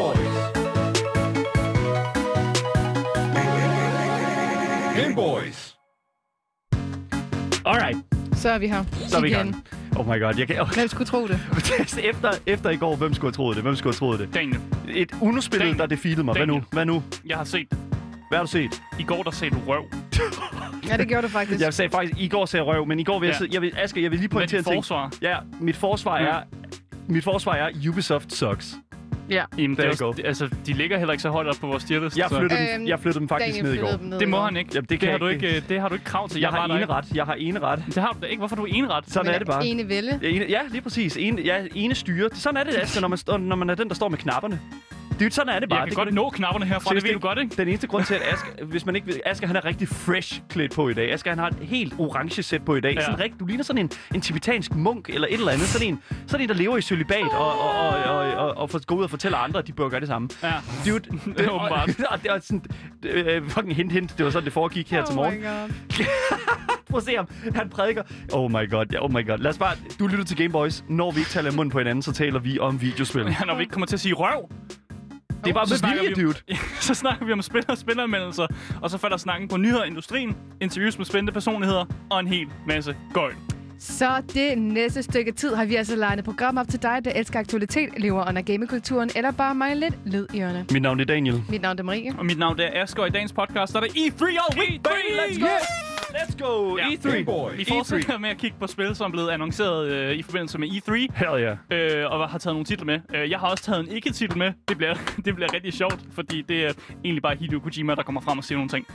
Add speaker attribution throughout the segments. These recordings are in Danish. Speaker 1: Gameboys. Gameboys.
Speaker 2: Alright,
Speaker 3: Så er vi her.
Speaker 2: så er vi i
Speaker 3: igen.
Speaker 2: gang. Oh my god, jeg kan...
Speaker 3: Hvem skulle tro det?
Speaker 2: efter, efter i går, hvem skulle have troet det? Hvem skulle have troet det?
Speaker 4: Daniel,
Speaker 2: Et unospillet,
Speaker 4: Daniel.
Speaker 2: der defilede mig. Hvad nu?
Speaker 4: Daniel.
Speaker 2: Hvad nu?
Speaker 4: jeg har set
Speaker 2: Hvad har du set?
Speaker 4: I går, der sagde du røv.
Speaker 3: Ja, det gjorde du faktisk.
Speaker 2: Jeg sagde faktisk, i går sagde jeg røv, men i går vil jeg...
Speaker 4: Ja.
Speaker 2: sidde- jeg vil, Asger, jeg vil lige
Speaker 4: Med
Speaker 2: pointere
Speaker 4: dit
Speaker 2: en ting.
Speaker 4: forsvar. Mm.
Speaker 2: Ja, mit forsvar
Speaker 4: Ja.
Speaker 2: er... Mit forsvar er, Ubisoft sucks.
Speaker 3: Ja.
Speaker 4: Jamen, det
Speaker 2: There
Speaker 4: er
Speaker 2: you
Speaker 4: også,
Speaker 2: go.
Speaker 4: altså, de ligger heller ikke så højt op på vores tierliste.
Speaker 2: Jeg
Speaker 4: så-
Speaker 2: flyttede, dem,
Speaker 3: Øhm,
Speaker 2: jeg flyttede dem faktisk
Speaker 3: Daniel
Speaker 2: ned i går.
Speaker 3: flyttede dem ned
Speaker 4: Det
Speaker 3: i
Speaker 4: må
Speaker 3: går.
Speaker 4: han ikke.
Speaker 2: Jamen, det kan
Speaker 4: det, har
Speaker 2: Øh, jeg
Speaker 4: du
Speaker 2: ikke.
Speaker 4: ikke, øh, det har du ikke krav til.
Speaker 2: Jeg har
Speaker 4: var der ikke.
Speaker 2: eneret. Jeg har eneret.
Speaker 4: Det har du da ikke. Hvorfor er du eneret?
Speaker 2: Sådan
Speaker 3: Men
Speaker 2: er det bare.
Speaker 3: Ene Velle.
Speaker 2: Ja, ene, ja, lige præcis. Ene, ja, ene styre. Sådan er det, Asger, når man, står, når man er den, der står med knapperne. Det er jo sådan er det bare.
Speaker 4: Jeg kan
Speaker 2: det
Speaker 4: godt nå knapperne herfra, det
Speaker 2: Seriøst,
Speaker 4: ved du godt, ikke?
Speaker 2: Den eneste grund til, at Asger, hvis man ikke ved, Asger, han er rigtig fresh klædt på i dag. Asger, han har et helt orange sæt på i dag. Ja.
Speaker 4: Ja.
Speaker 2: Sådan rigt, du ligner sådan en, en tibetansk munk eller et eller andet. Sådan en, sådan en der lever i cølibat og, og, og, og, og, og, og går ud og fortæller andre, at de bør gøre det samme.
Speaker 4: Ja.
Speaker 2: Dude, det,
Speaker 4: Åbenbart.
Speaker 2: Og, det var sådan, øh, fucking hint, hint. Det var sådan, det foregik her til morgen.
Speaker 3: Oh my god.
Speaker 2: Prøv at se ham. Han prædiker. Oh my god, ja, oh my god. Lad os bare... Du lytter til Game Boys. Når vi ikke taler i munden på hinanden, så taler vi om videospil. Det
Speaker 4: Ja, når vi ikke kommer til at sige røv,
Speaker 2: er bare
Speaker 4: så
Speaker 2: med
Speaker 4: snakker
Speaker 2: vilje,
Speaker 4: vi om-
Speaker 2: dude.
Speaker 4: så snakker vi om spil og spilanmeldelser, og så falder snakken på nyheder i industrien, interviews med spændende personligheder og en hel masse gøjl.
Speaker 3: Så det næste stykke tid har vi altså lejet et program op til dig, der elsker aktualitet, lever under gamekulturen, eller bare mig lidt led i ørerne.
Speaker 2: Mit navn er Daniel.
Speaker 3: Mit navn er Marie.
Speaker 4: Og mit navn det er Asger, og i dagens podcast der er der
Speaker 2: E
Speaker 4: E3 E all week, baby!
Speaker 2: Let's go! Let's go!
Speaker 4: Ja.
Speaker 2: E3!
Speaker 4: Vi
Speaker 1: Gameboys.
Speaker 4: fortsætter med at kigge på spil, som er blevet annonceret øh, i forbindelse med E3.
Speaker 2: Hell yeah.
Speaker 4: øh, og har taget nogle titler med. Øh, jeg har også taget en ikke-titel med. Det bliver, det bliver rigtig sjovt, fordi det er egentlig bare Hideo Kojima, der kommer frem og siger nogle ting.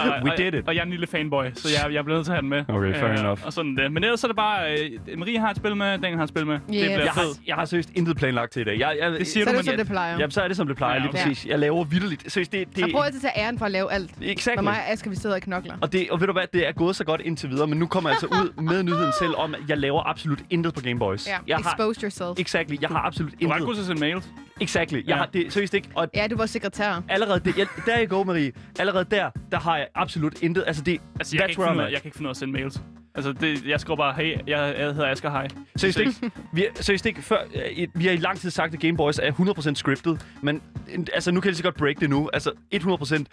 Speaker 4: Og-
Speaker 2: We
Speaker 4: og-
Speaker 2: did it.
Speaker 4: Og jeg er en lille fanboy, så jeg, jeg bliver nødt til at have den med. Øh,
Speaker 2: Okay, fair enough.
Speaker 4: Og sådan det. Men ellers så er det bare, øh, Marie har et spil med, Daniel har et spil med. Det
Speaker 3: Yes.
Speaker 4: bliver
Speaker 2: Jeg
Speaker 4: fedt.
Speaker 2: har, jeg har seriøst intet planlagt til i dag. Jeg, jeg,
Speaker 4: Det siger
Speaker 3: Så er
Speaker 4: du,
Speaker 3: det,
Speaker 4: men
Speaker 3: som det plejer.
Speaker 2: Jamen, så er det, som det plejer,
Speaker 4: Ja,
Speaker 2: lige
Speaker 4: okay.
Speaker 2: præcis. Jeg laver vildt. Seriøst, det, det,
Speaker 3: Jeg prøver altid at tage æren for at lave alt.
Speaker 2: Exakt.
Speaker 3: Når mig og Asger, vi sidder og knokler.
Speaker 2: Og, det, og ved du hvad, det er gået så godt indtil videre, men nu kommer jeg altså ud med nyheden selv om, at jeg laver absolut intet på Game Boys.
Speaker 3: Ja,
Speaker 2: jeg har,
Speaker 3: expose yourself.
Speaker 2: exactly, jeg har absolut
Speaker 4: Du er ret god
Speaker 2: intet.
Speaker 4: til at sende mails.
Speaker 2: Exactly. Jeg
Speaker 4: Ja.
Speaker 2: har det seriøst ikke. Og
Speaker 3: Ja, du var sekretær.
Speaker 2: allerede det, jeg, der er jeg går, Marie. Allerede der, der har jeg absolut intet. Altså det,
Speaker 4: Altså, jeg, kan ikke
Speaker 2: where
Speaker 4: finde,
Speaker 2: I'm
Speaker 4: ud
Speaker 2: at.
Speaker 4: af- jeg kan ikke finde ud af at sende mails. Altså, det, jeg skriver bare, hey, jeg, jeg hedder Asger, hej.
Speaker 2: Seriøst ikke, vi, er- seriøst ikke før, øh, vi har i lang tid sagt, at Game Boys er 100% scriptet, men øh, altså, nu kan jeg lige så godt break det nu. Altså 100%.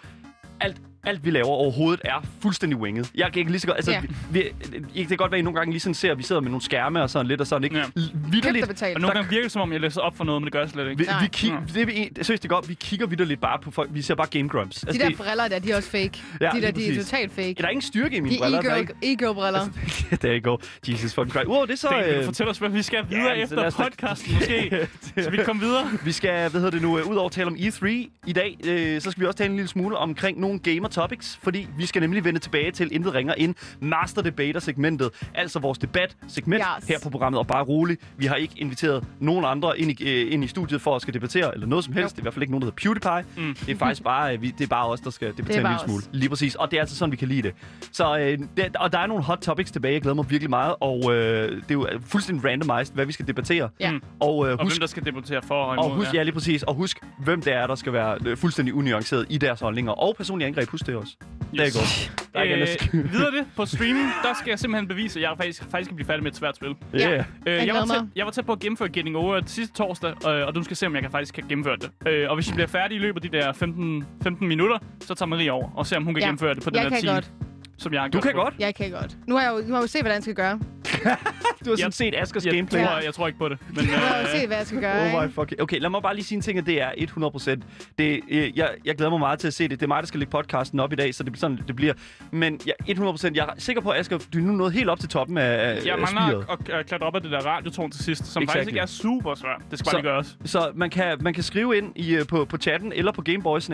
Speaker 2: Alt, alt vi laver overhovedet er fuldstændig winget. Jeg kan ikke lige så godt... Altså,
Speaker 3: Ja.
Speaker 2: vi, vi, øh, det kan godt være, at I nogle gange lige sådan ser, at vi sidder med nogle skærme og sådan lidt og sådan, ikke?
Speaker 4: Ja.
Speaker 3: Købt og
Speaker 2: Vitterligt,
Speaker 3: betalt.
Speaker 4: Og nogle gange virker det, som om jeg læser op for noget, men det gør jeg slet ikke.
Speaker 2: vi,
Speaker 3: Nej.
Speaker 2: vi, kig, det, vi, det, seriøst, det går, vi kigger vidderligt bare på folk. Vi ser bare Game Grumps.
Speaker 3: De
Speaker 2: Altså,
Speaker 3: der
Speaker 2: det,
Speaker 3: briller der, de er også fake.
Speaker 2: Ja,
Speaker 3: de der,
Speaker 2: lige
Speaker 3: de er
Speaker 2: præcis.
Speaker 3: totalt fake.
Speaker 2: der er ingen styrke i mine
Speaker 3: De
Speaker 2: briller. Der er ikke, Altså,
Speaker 3: e-girl- e-girl-briller.
Speaker 2: der er går. Jesus fucking Christ. Udover det så...
Speaker 4: Daniel, vil du
Speaker 2: øh,
Speaker 4: fortælle os, hvad vi skal videre
Speaker 2: altså, lad
Speaker 4: efter
Speaker 2: os da-
Speaker 4: podcasten måske? Så vi kan komme videre.
Speaker 2: Vi skal, hvad hedder det nu, øh, udover at tale om E3 i dag, øh, så skal vi også tale en lille smule omkring nogle gamer topics, fordi vi skal nemlig vende tilbage til intet ringer ind Master Debater-segmentet, altså vores debat-segment yes.
Speaker 3: Yes.
Speaker 2: her på programmet. Og bare rolig, vi har ikke inviteret nogen andre ind i, øh, ind i studiet for at skal debattere, eller noget som helst. Det er i hvert fald ikke nogen, der hedder PewDiePie. Mm. Det er faktisk bare, øh, vi, det er bare os, der skal debattere en
Speaker 3: bare
Speaker 2: lille smule.
Speaker 3: os.
Speaker 2: Lige præcis, og det er altså sådan, vi kan lide det. Så, øh, det, og der er nogle hot topics tilbage, jeg glæder mig virkelig meget, og øh, det er jo øh, fuldstændig randomized, hvad vi skal debattere.
Speaker 3: Ja.
Speaker 4: Mm.
Speaker 2: Og, øh,
Speaker 4: Og
Speaker 2: husk,
Speaker 4: hvem der skal debattere for og imod.
Speaker 2: og husk, ja. lige præcis. Og husk, hvem det er, der skal være øh, fuldstændig unuanceret i deres holdninger. Og personlige angreb, husk det også. Yes. Det er godt. Der er ikke andet at
Speaker 4: Øh,
Speaker 2: sk-
Speaker 4: videre det på streamen, der skal jeg simpelthen bevise, at jeg faktisk, faktisk kan blive færdig med et svært spil. Øh,
Speaker 3: Ja.
Speaker 2: Ja.
Speaker 4: jeg, var
Speaker 3: glæder
Speaker 4: tæt,
Speaker 3: mig.
Speaker 4: jeg var tæt på at gennemføre Getting Over det sidste torsdag, øh, og du skal se, om jeg kan faktisk kan gennemføre det. Øh, og hvis jeg bliver færdig i løbet af de der 15, 15 minutter, så tager Marie over og ser, om hun kan
Speaker 3: Ja.
Speaker 4: gennemføre det på den
Speaker 3: Jeg
Speaker 4: her
Speaker 3: kan
Speaker 4: time,
Speaker 3: godt.
Speaker 4: som jeg har
Speaker 2: Du
Speaker 4: gjort
Speaker 2: kan
Speaker 4: det på.
Speaker 2: godt.
Speaker 3: Jeg kan godt. Nu har jeg jo, nu har jeg jo set, hvordan jeg skal gøre.
Speaker 2: Du har
Speaker 4: Ja.
Speaker 2: sådan set Askers
Speaker 4: Jeg,
Speaker 2: gameplay.
Speaker 4: tror, jeg tror ikke på det. Men,
Speaker 3: Nu har jeg jo
Speaker 4: øh,
Speaker 3: set, hvad jeg skal gøre.
Speaker 2: Oh my
Speaker 3: ikke?
Speaker 2: fucking. Okay, lad mig bare lige sige en ting, at det er 100%. Det, øh, jeg, jeg glæder mig meget til at se det. Det er mig, der skal lægge podcasten op i dag, så det, bliver sådan, det bliver. Men ja, 100%, jeg er sikker på, Asger, du er nu nået helt op til toppen af, af
Speaker 4: jeg
Speaker 2: af
Speaker 4: mangler
Speaker 2: spiret.
Speaker 4: at, at, at klatre op af det der radiotårn til sidst, som
Speaker 2: Exactly.
Speaker 4: faktisk ikke er super svært. Det skal bare
Speaker 2: Så-
Speaker 4: lige gøres.
Speaker 2: Så man kan, man kan skrive ind i, øh, på, på chatten, eller på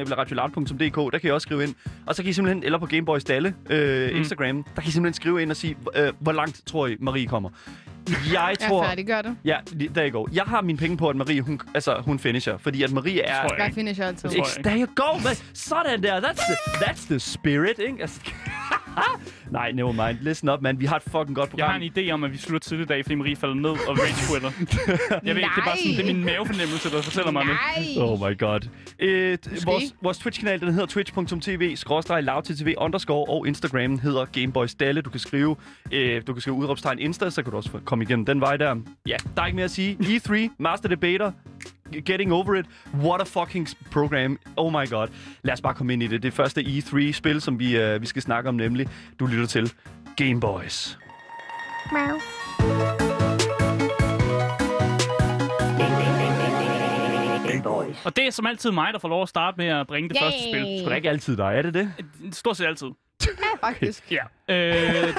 Speaker 2: gameboys.dk, der kan I også skrive ind. Og så kan I simpelthen, eller på Gameboys Dalle, øh, mm. Instagram, der kan I simpelthen skrive ind og sige, øh, hvor langt tror I, Marie kommer. Jeg
Speaker 3: Jeg
Speaker 2: tror...
Speaker 3: er færdig, gør det.
Speaker 2: Ja, lige- der I går. Jeg har mine penge på, at Marie, hun, altså, hun finisher. Fordi at Marie er...
Speaker 4: tror
Speaker 3: Jeg finisher altid.
Speaker 4: Det tror jeg
Speaker 2: Ex- Der you go, man. Sådan der. That's the, that's the spirit, ikke? Altså, Nej, never mind. Listen up, man. Vi har et fucking godt
Speaker 4: Jeg
Speaker 2: program.
Speaker 4: har en idé om, at vi slutter tidligt i dag, fordi Marie falder ned og rage quitter. jeg ved ikke, det er bare sådan, det er min mavefornemmelse, der fortæller mig det.
Speaker 3: Nej!
Speaker 2: Oh my god. Øh, t- vores, vores Twitch-kanal, den hedder twitch.tv, skråstreg lavttv, underscore, og Instagramen hedder Gameboys Dalle. Du kan skrive, øh, du kan skrive udråbstegn Insta, så kan du også få- komme igennem den vej der. Ja, der er ikke mere at sige. E3, Master E Debater, Getting Over It. What a fucking program. Oh my god. Lad os bare komme ind i det. Det første E3-spil, som vi, øh, vi skal snakke om nemlig. Du lytter til Game Boys.
Speaker 4: Og det er som altid mig, der får lov at starte med at bringe det
Speaker 1: Yay.
Speaker 4: første spil.
Speaker 2: Det er ikke altid dig, er det det?
Speaker 4: Stort set altid.
Speaker 3: Ja, faktisk.
Speaker 4: Ja. Øh,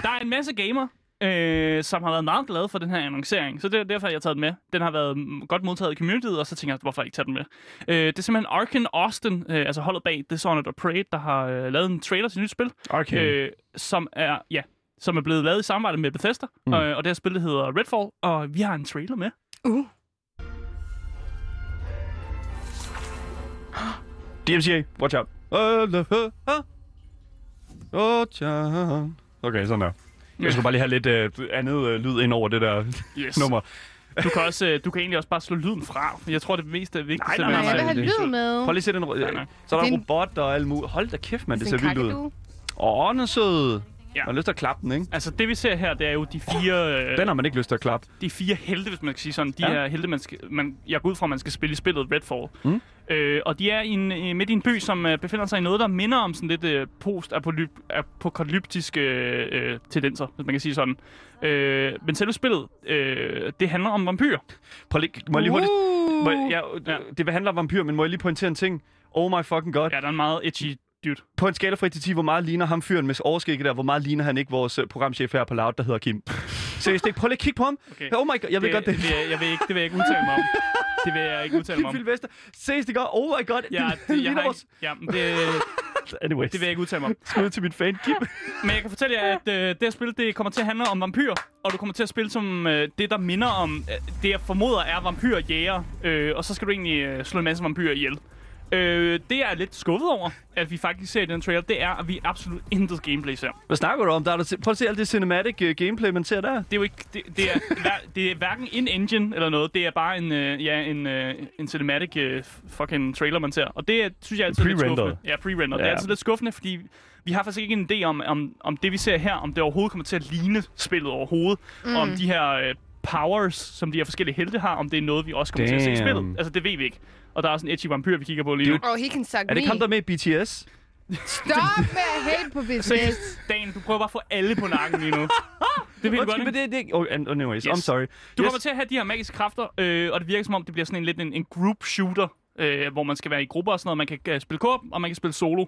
Speaker 4: der er en masse gamer, øh, som har været meget glade for den her annoncering. Så det er derfor, jeg har taget den med. Den har været mm, godt modtaget i communityet, og så tænker jeg, hvorfor ikke tage den med? Øh, det er simpelthen Arkane Austin, øh, altså holdet bag Dishonored og Prey, der har øh, lavet en trailer til et nyt spil.
Speaker 2: Okay.
Speaker 4: Øh, som er, ja, som er blevet lavet i samarbejde med Bethesda. Mm. Øh, og det her spil det hedder Redfall, og vi har en trailer med.
Speaker 3: Uh.
Speaker 2: DMCA, watch out. Watch out. Okay, sådan der. Jeg skulle bare lige have lidt øh, andet øh, lyd ind over det der
Speaker 4: Yes.
Speaker 2: nummer.
Speaker 4: Du kan, også, øh, du kan egentlig også bare slå lyden fra. for Jeg tror, det mest øh, er
Speaker 2: Nej,
Speaker 4: vigtigt.
Speaker 2: nej,
Speaker 1: Jeg vil have
Speaker 2: det-
Speaker 1: lyd med.
Speaker 2: Prøv lige at se den. Øh,
Speaker 4: Nej, nej.
Speaker 2: så er der
Speaker 3: Det er en-
Speaker 2: robot og alt muligt. Hold da kæft, mand. Det ser
Speaker 1: Sådan en
Speaker 2: vildt ud.
Speaker 1: kakadu.
Speaker 2: Åh, den er sød.
Speaker 4: Ja.
Speaker 2: Man har lyst til at klappe den, ikke?
Speaker 4: Altså, det vi ser her, det er jo de fire, øh,
Speaker 2: Den har man ikke lyst til at klappe.
Speaker 4: de fire helte, hvis man kan sige sådan. De
Speaker 2: Ja.
Speaker 4: ja. er helte, man skal, man, jeg går ud fra, at man skal spille i spillet Redfall. Mm. Øh, og de er i en, øh, midt i en by, som øh, befinder sig i noget, der minder om sådan lidt øh, post-apokalyptiske øh, øh, tendenser, hvis man kan sige sådan. Øh, men selve spillet, øh, det handler om vampyrer.
Speaker 2: Prøv lige, må jeg lige hurtigt... Må jeg, ja,
Speaker 4: Ja.
Speaker 2: øh, det handler om vampyr, men må jeg lige pointere en ting? Oh my fucking god.
Speaker 4: Ja, der er en meget edgy dude.
Speaker 2: På en skala fra 1 til 10, hvor meget ligner ham fyren med overskægget der? Hvor meget ligner han ikke vores øh, programchef her på Loud, der hedder Kim? Seriøst, ikke? Prøv lige at kigge på ham.
Speaker 4: Okay.
Speaker 2: Oh my god, jeg ved godt, det
Speaker 4: det vil jeg, jeg vil ikke, det vil jeg ikke udtale mig om. Det vil jeg ikke udtale mig
Speaker 2: Kim
Speaker 4: om.
Speaker 2: Sylvester. Ses det godt? Oh my god.
Speaker 4: Ja,
Speaker 2: det,
Speaker 4: det, jeg
Speaker 2: ligner
Speaker 4: har
Speaker 2: vores...
Speaker 4: ikke, ja, men det,
Speaker 2: Anyways.
Speaker 4: det vil jeg ikke udtale mig om.
Speaker 2: Skud til min fan, Kim.
Speaker 4: Men jeg kan fortælle jer, at øh, det her spil det kommer til at handle om vampyrer, og du kommer til at spille som øh, det, der minder om, øh, det jeg formoder er vampyrjæger, øh, og så skal du egentlig øh, slå en masse vampyrer ihjel. Øh, det jeg er lidt skuffet over, at vi faktisk ser i den trailer, det er, at vi absolut intet gameplay ser.
Speaker 2: Hvad snakker du om? Der er der, prøv at se alt det cinematic uh, gameplay, man ser der.
Speaker 4: Det er jo ikke, det, det, er, hver- det er hverken en engine eller noget, det er bare en, øh, ja, en, øh, en cinematic øh, fucking trailer, man ser. Og det er, synes jeg altid er lidt
Speaker 2: Pre-rendered.
Speaker 4: skuffende. Ja, pre-rendered. Ja. Det
Speaker 2: Ja.
Speaker 4: er altid lidt skuffende, fordi vi har faktisk ikke en idé om, om, om det, vi ser her, om det overhovedet kommer til at ligne spillet overhovedet, mm. og om de her øh, powers, som de her forskellige helte har, om det er noget, vi også kommer Damn. til at se i
Speaker 2: Damn.
Speaker 4: spillet. Altså, det ved vi ikke. Og der er også en edgy vampyr, vi kigger på lige nu.
Speaker 1: Oh, he can suck
Speaker 2: Er det
Speaker 1: me.
Speaker 2: ikke ham, der er med i BTS?
Speaker 3: Stop med at hate på business.
Speaker 4: Seriøst, Dan, du prøver bare at få alle på nakken lige nu. Det ved du godt,
Speaker 2: Undskyld,
Speaker 4: ikke?
Speaker 2: men det, det, oh, and- anyways, yes. I'm sorry.
Speaker 4: Du yes. kommer til at have de her magiske kræfter, øh, og det virker som om, det bliver sådan en lidt en, en group shooter, øh, hvor man skal være i grupper og sådan noget. Man kan øh, spille koop, og man kan spille solo.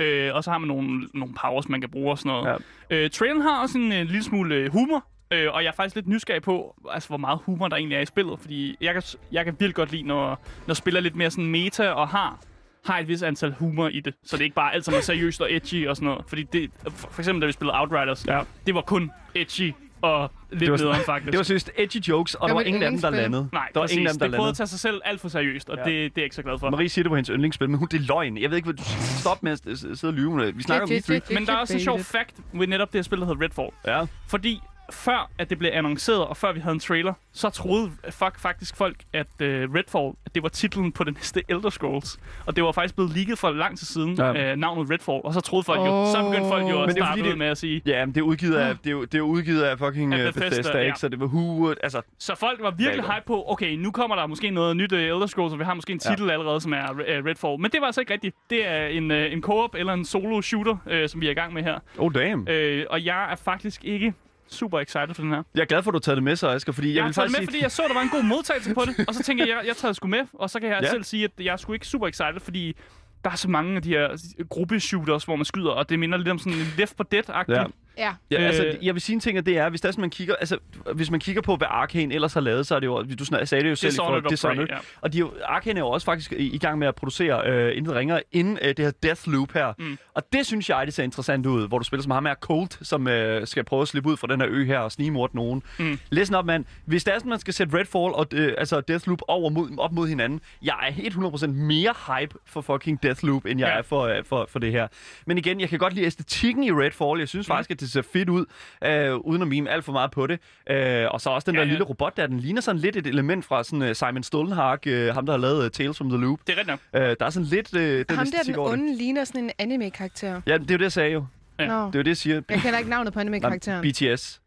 Speaker 4: Øh, og så har man nogle, nogle powers, man kan bruge og sådan noget. Ja. Øh, traileren har også en øh, lille smule øh, humor, øh, og jeg er faktisk lidt nysgerrig på, altså, hvor meget humor der egentlig er i spillet. Fordi jeg kan, s- jeg kan virkelig godt lide, når, når spiller lidt mere sådan meta og har har et vis antal humor i det, så det er ikke bare alt sammen er seriøst og edgy og sådan noget. Fordi det, for for eksempel da vi spillede Outriders, ja. det var kun edgy og lidt
Speaker 2: var-
Speaker 4: nederen faktisk.
Speaker 2: Det var seriøst edgy jokes, og
Speaker 3: Det
Speaker 2: der
Speaker 3: var
Speaker 2: var
Speaker 3: mit
Speaker 2: ingen af dem, der
Speaker 3: yndlingsspil.
Speaker 2: landede.
Speaker 4: Nej,
Speaker 2: der var
Speaker 4: præcis.
Speaker 2: ingen af dem, der
Speaker 4: det prøvede at
Speaker 2: landede.
Speaker 4: tage sig selv alt for seriøst, og
Speaker 2: Ja.
Speaker 4: ja. det, det er jeg ikke så glad for.
Speaker 2: Marie siger, det var hendes yndlingsspil, men hun, det er løgn. Jeg ved ikke, hvad du stop med at s- s- sidde og lyve. med. Vi snakker om
Speaker 3: Shit,
Speaker 2: E3.
Speaker 3: shit, shit,
Speaker 4: Men der er også en sjov
Speaker 3: clickbaitet.
Speaker 4: fact ved netop det her spil, der hedder Redfall.
Speaker 2: Ja.
Speaker 4: Fordi før at det blev annonceret, og før vi havde en trailer, så troede fuck faktisk folk, at uh, Redfall, at det var titlen på det næste Elder Scrolls. Og det var faktisk blevet leaget for lang tid siden,
Speaker 2: Ja.
Speaker 4: ja. uh, navnet Redfall. Og så troede folk jo, så begyndte folk jo
Speaker 2: Men det er
Speaker 4: at
Speaker 2: fordi,
Speaker 4: starte ud
Speaker 2: det-
Speaker 4: med at sige,
Speaker 2: Ja, men det er udgivet af, det er, jo- det er jo udgivet af fucking
Speaker 4: Af
Speaker 2: øh,
Speaker 4: Bethesda,
Speaker 2: Bethesda,
Speaker 4: ja.
Speaker 2: ikke? Så det var who... Altså,
Speaker 4: Så folk var virkelig
Speaker 2: Valor.
Speaker 4: hype på, okay, nu kommer der måske noget nyt uh, Elder Scrolls, og vi har måske en
Speaker 2: Ja.
Speaker 4: titel ja. allerede, som er uh, Redfall. Men det var altså ikke rigtigt. Det er en, uh, en co-op eller en solo-shooter, uh, som vi er i gang med her.
Speaker 2: oh damn.
Speaker 4: Øh, og jeg er faktisk ikke super excited for den her.
Speaker 2: Jeg er glad for, at du har taget det med sig, Asger, fordi jeg,
Speaker 4: Jeg, jeg
Speaker 2: vil
Speaker 4: tager det
Speaker 2: faktisk
Speaker 4: med,
Speaker 2: sige...
Speaker 4: fordi jeg så, at der var en god modtagelse på det, og så tænker jeg, jeg, jeg tager det sgu med, og så kan jeg
Speaker 2: Ja.
Speaker 4: ja. selv sige, at jeg er sgu ikke super excited, fordi der er så mange af de her gruppeshooters, hvor man skyder, og det minder lidt om sådan en Left 4 Dead-agtigt.
Speaker 2: Ja.
Speaker 4: Ja.
Speaker 1: Ja.
Speaker 2: Ja, øh...
Speaker 4: Øh.
Speaker 2: altså, jeg vil sige en ting, og det er, hvis, der, man kigger, altså, hvis man kigger på, hvad Arkane ellers har lavet, så er det jo, du snak- sagde det jo selv, i
Speaker 4: Dishonored
Speaker 2: forhold til
Speaker 4: og Prey,
Speaker 2: Dishonored.
Speaker 4: ja.
Speaker 2: og de, er jo- Arkane er jo også faktisk i, i gang med at producere øh, intet ringer inden øh, det her Deathloop her, mm. og det synes jeg, det ser interessant ud, hvor du spiller som ham her, Colt, som øh, skal prøve at slippe ud fra den her ø her og snigmorte nogen. Mm. Listen op, mand. Hvis det er sådan, man skal sætte Redfall og øh, altså Deathloop over mod, op mod hinanden, jeg er 100% mere hype for fucking Deathloop, end jeg ja.
Speaker 4: Ja.
Speaker 2: er for, øh, for, for det her. Men igen, jeg kan godt lide æstetikken i Redfall. Jeg synes mm. faktisk, at det ser fedt ud, øh, uden at mime alt for meget på det. Øh, og så også den ja,
Speaker 4: Ja,
Speaker 2: der ja.
Speaker 4: ja.
Speaker 2: lille robot der, den ligner sådan lidt et element fra sådan, øh, Simon Stoltenhag, øh, ham der har lavet øh, Tales from the Loop.
Speaker 4: Det er rigtigt nok.
Speaker 2: Øh, der er sådan lidt øh,
Speaker 3: Ham
Speaker 2: den
Speaker 3: der,
Speaker 2: æstetik
Speaker 3: den
Speaker 2: over det.
Speaker 3: onde, ligner sådan en anime-karakter.
Speaker 2: Ja, det er jo det, jeg sagde jo.
Speaker 4: Ja.
Speaker 3: Nå,
Speaker 2: Det er jo det, jeg siger.
Speaker 3: jeg kender ikke navnet på anime-karakteren.
Speaker 2: Nej, BTS.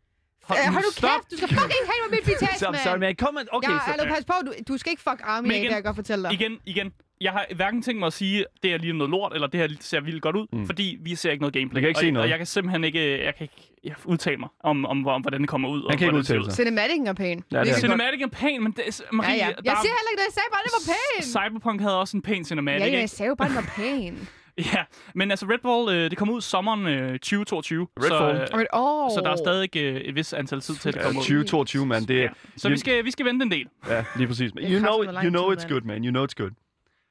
Speaker 4: Hold
Speaker 1: Øh,
Speaker 4: nu
Speaker 1: hold nu
Speaker 4: stop.
Speaker 1: kæft, du skal fucking have mig med min task,
Speaker 2: Sorry,
Speaker 1: mand.
Speaker 2: sorry, man. Kom, okay,
Speaker 1: Ja,
Speaker 2: så,
Speaker 1: altså, pas på, du, du skal ikke fuck Army
Speaker 4: Men
Speaker 1: af,
Speaker 4: igen-
Speaker 1: kan jeg godt fortælle dig.
Speaker 4: Igen, igen. Jeg har hverken tænkt mig at sige, det er lige noget lort, eller det her ser vildt godt ud,
Speaker 2: Mm.
Speaker 4: mm. fordi vi ser ikke noget gameplay.
Speaker 2: Vi kan ikke
Speaker 4: og,
Speaker 2: se noget.
Speaker 4: Og jeg kan simpelthen ikke, jeg kan ikke jeg udtale mig om, om, om, hvordan det kommer ud.
Speaker 2: Han
Speaker 4: og
Speaker 2: kan ikke
Speaker 4: hvordan det ser
Speaker 2: udtale
Speaker 4: ud.
Speaker 2: sig.
Speaker 1: Cinematikken er pæn.
Speaker 2: Ja, det er
Speaker 1: Virkelig godt.
Speaker 4: Cinematic er pæn, men det, er- Marie,
Speaker 1: Ja, ja.
Speaker 4: der
Speaker 1: Jeg
Speaker 4: er-
Speaker 1: siger heller ikke, det jeg sagde bare, det var pæn.
Speaker 4: Cyberpunk havde også en pæn cinematic,
Speaker 1: Ja, ja,
Speaker 4: ikke?
Speaker 1: jeg sagde jo bare, den var pæn.
Speaker 4: Ja, men altså Red Bull, øh, det kom ud sommeren øh, 2022.
Speaker 2: Redfall.
Speaker 4: Så,
Speaker 1: Og
Speaker 4: øh,
Speaker 1: et år.
Speaker 4: så der er stadig øh, et vis antal tid til, at det
Speaker 2: Ja,
Speaker 4: kommer ud.
Speaker 2: 2022, mand. Det,
Speaker 4: Ja. Så vi
Speaker 2: you-
Speaker 4: skal, vi skal vente en del.
Speaker 2: Ja, lige præcis.
Speaker 1: Det
Speaker 2: You
Speaker 1: er
Speaker 2: know,
Speaker 1: kraftigt, hvor lang
Speaker 2: you know
Speaker 1: tid,
Speaker 2: it's
Speaker 1: mand.
Speaker 2: good, man. You know it's good.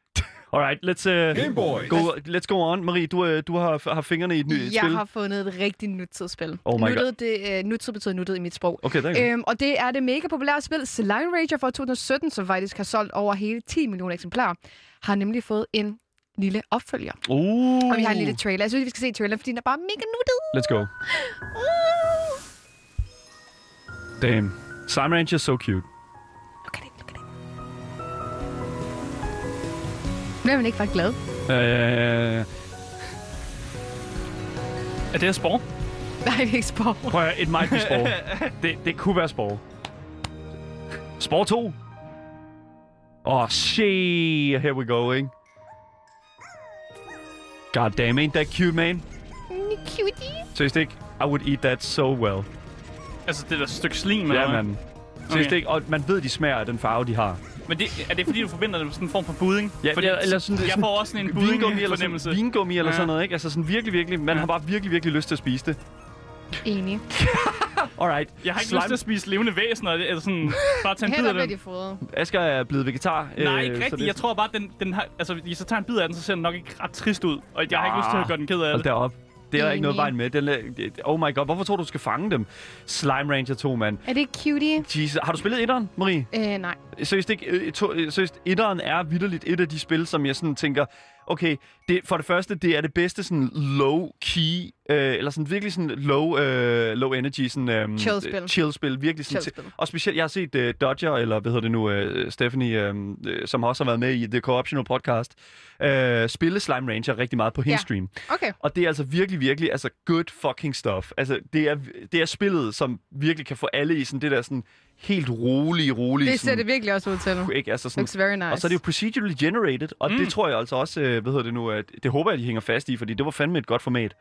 Speaker 2: All right, let's uh,
Speaker 5: Game Boy.
Speaker 2: go. Let's go on, Marie. Du, øh, du har, har fingrene i et nyt et
Speaker 1: Jeg
Speaker 2: spil.
Speaker 1: har fundet et rigtigt nutidsspil.
Speaker 2: Oh my God.
Speaker 1: nuttet, det, øh, nutid betyder nuttet i mit sprog.
Speaker 2: Okay, der er
Speaker 1: Øhm, og det er det mega populære spil Slime Ranger fra 2017, som faktisk har solgt over hele 10 millioner eksemplarer, har nemlig fået en lille opfølger.
Speaker 2: uh,
Speaker 1: Og vi har en lille trailer. Jeg synes, vi skal se traileren, fordi den er bare mega Uh. nuttet.
Speaker 2: Let's go. Damn. Slime Rancher so cute.
Speaker 1: Look at it, look at it. Bliver man ikke bare glad?
Speaker 2: Uh,
Speaker 4: Er det her sport?
Speaker 1: Nej, det er ikke sport.
Speaker 2: prøv at høre, it might be spore. det, det kunne være spore. Spore 2. Åh, oh, shit. Here we go, ikke? God damn, ain't that cute, man?
Speaker 1: Cutie.
Speaker 2: Seriøst ikke? I would eat that so well.
Speaker 4: Altså det der stykke slim, eller
Speaker 2: Ja,
Speaker 4: hvad?
Speaker 2: mand. Seriøst
Speaker 4: Okay.
Speaker 2: ikke? Og man ved, de smager af den farve, de har.
Speaker 4: Men det, er det fordi, du forbinder det med sådan en form for budding?
Speaker 2: Ja,
Speaker 4: fordi,
Speaker 2: ja, eller sådan-
Speaker 4: jeg
Speaker 2: sådan
Speaker 4: får også sådan en
Speaker 2: Vingummi eller, sådan,
Speaker 4: budding-fornemmelse.
Speaker 2: vingummi eller
Speaker 4: Ja.
Speaker 2: sådan noget, ikke? Altså sådan virkelig, virkelig. Man
Speaker 4: Ja.
Speaker 2: har bare virkelig, virkelig lyst til at spise det.
Speaker 1: Enig.
Speaker 2: Alright.
Speaker 4: Jeg har ikke lyst til at spise levende væsener, eller sådan bare tage en bid
Speaker 1: Heller
Speaker 4: af
Speaker 1: bliver de
Speaker 4: dem.
Speaker 1: fodret.
Speaker 2: Asger er blevet vegetar.
Speaker 4: Nej,
Speaker 2: øh,
Speaker 4: ikke
Speaker 2: så
Speaker 4: rigtigt.
Speaker 2: det-
Speaker 4: Jeg tror bare, den, den har, altså, hvis jeg tager en bid af den, så ser den nok ikke ret trist ud. Og jeg har ikke
Speaker 2: Ah.
Speaker 4: lyst til at gøre den ked af
Speaker 2: Hold
Speaker 4: det.
Speaker 2: da op. Det er der ikke noget
Speaker 1: Enig.
Speaker 2: vejen med. Den er, det- oh my god, hvorfor tror du, du skal fange dem? Slime Ranger 2, mand.
Speaker 1: Er det ikke cutie?
Speaker 2: Jesus. Har du spillet etteren, Marie?
Speaker 1: Øh, nej.
Speaker 2: Seriøst, ikke, øh, to, øh, seriøst, etteren er vidderligt et af de spil, som jeg sådan tænker, okay, det, for det første, det er det bedste sådan low-key, øh, eller sådan virkelig sådan low, øh, low energy, sådan øh,
Speaker 1: Chill-spil.
Speaker 2: chill-spil, virkelig sådan,
Speaker 1: Chill-spil.
Speaker 2: og specielt, jeg har set øh, Dodger, eller hvad hedder det nu, øh, Stephanie, øh, øh, som også har været med i The Corruptional Podcast, øh, spille Slime Ranger rigtig meget på hendes
Speaker 1: Ja.
Speaker 2: stream.
Speaker 1: Okay.
Speaker 2: Og det er altså virkelig, virkelig, altså good fucking stuff. Altså, det er, det er spillet, som virkelig kan få alle i sådan det der sådan helt rolige, rolige...
Speaker 1: Det ser det virkelig også ud til.
Speaker 2: virkelig. Ikke? Altså sådan,
Speaker 1: Looks very nice.
Speaker 2: og så er det jo procedurally generated, og mm. det tror jeg altså også, øh, hvad hedder det nu, at det håber jeg, de hænger fast i, fordi det var fandme et godt format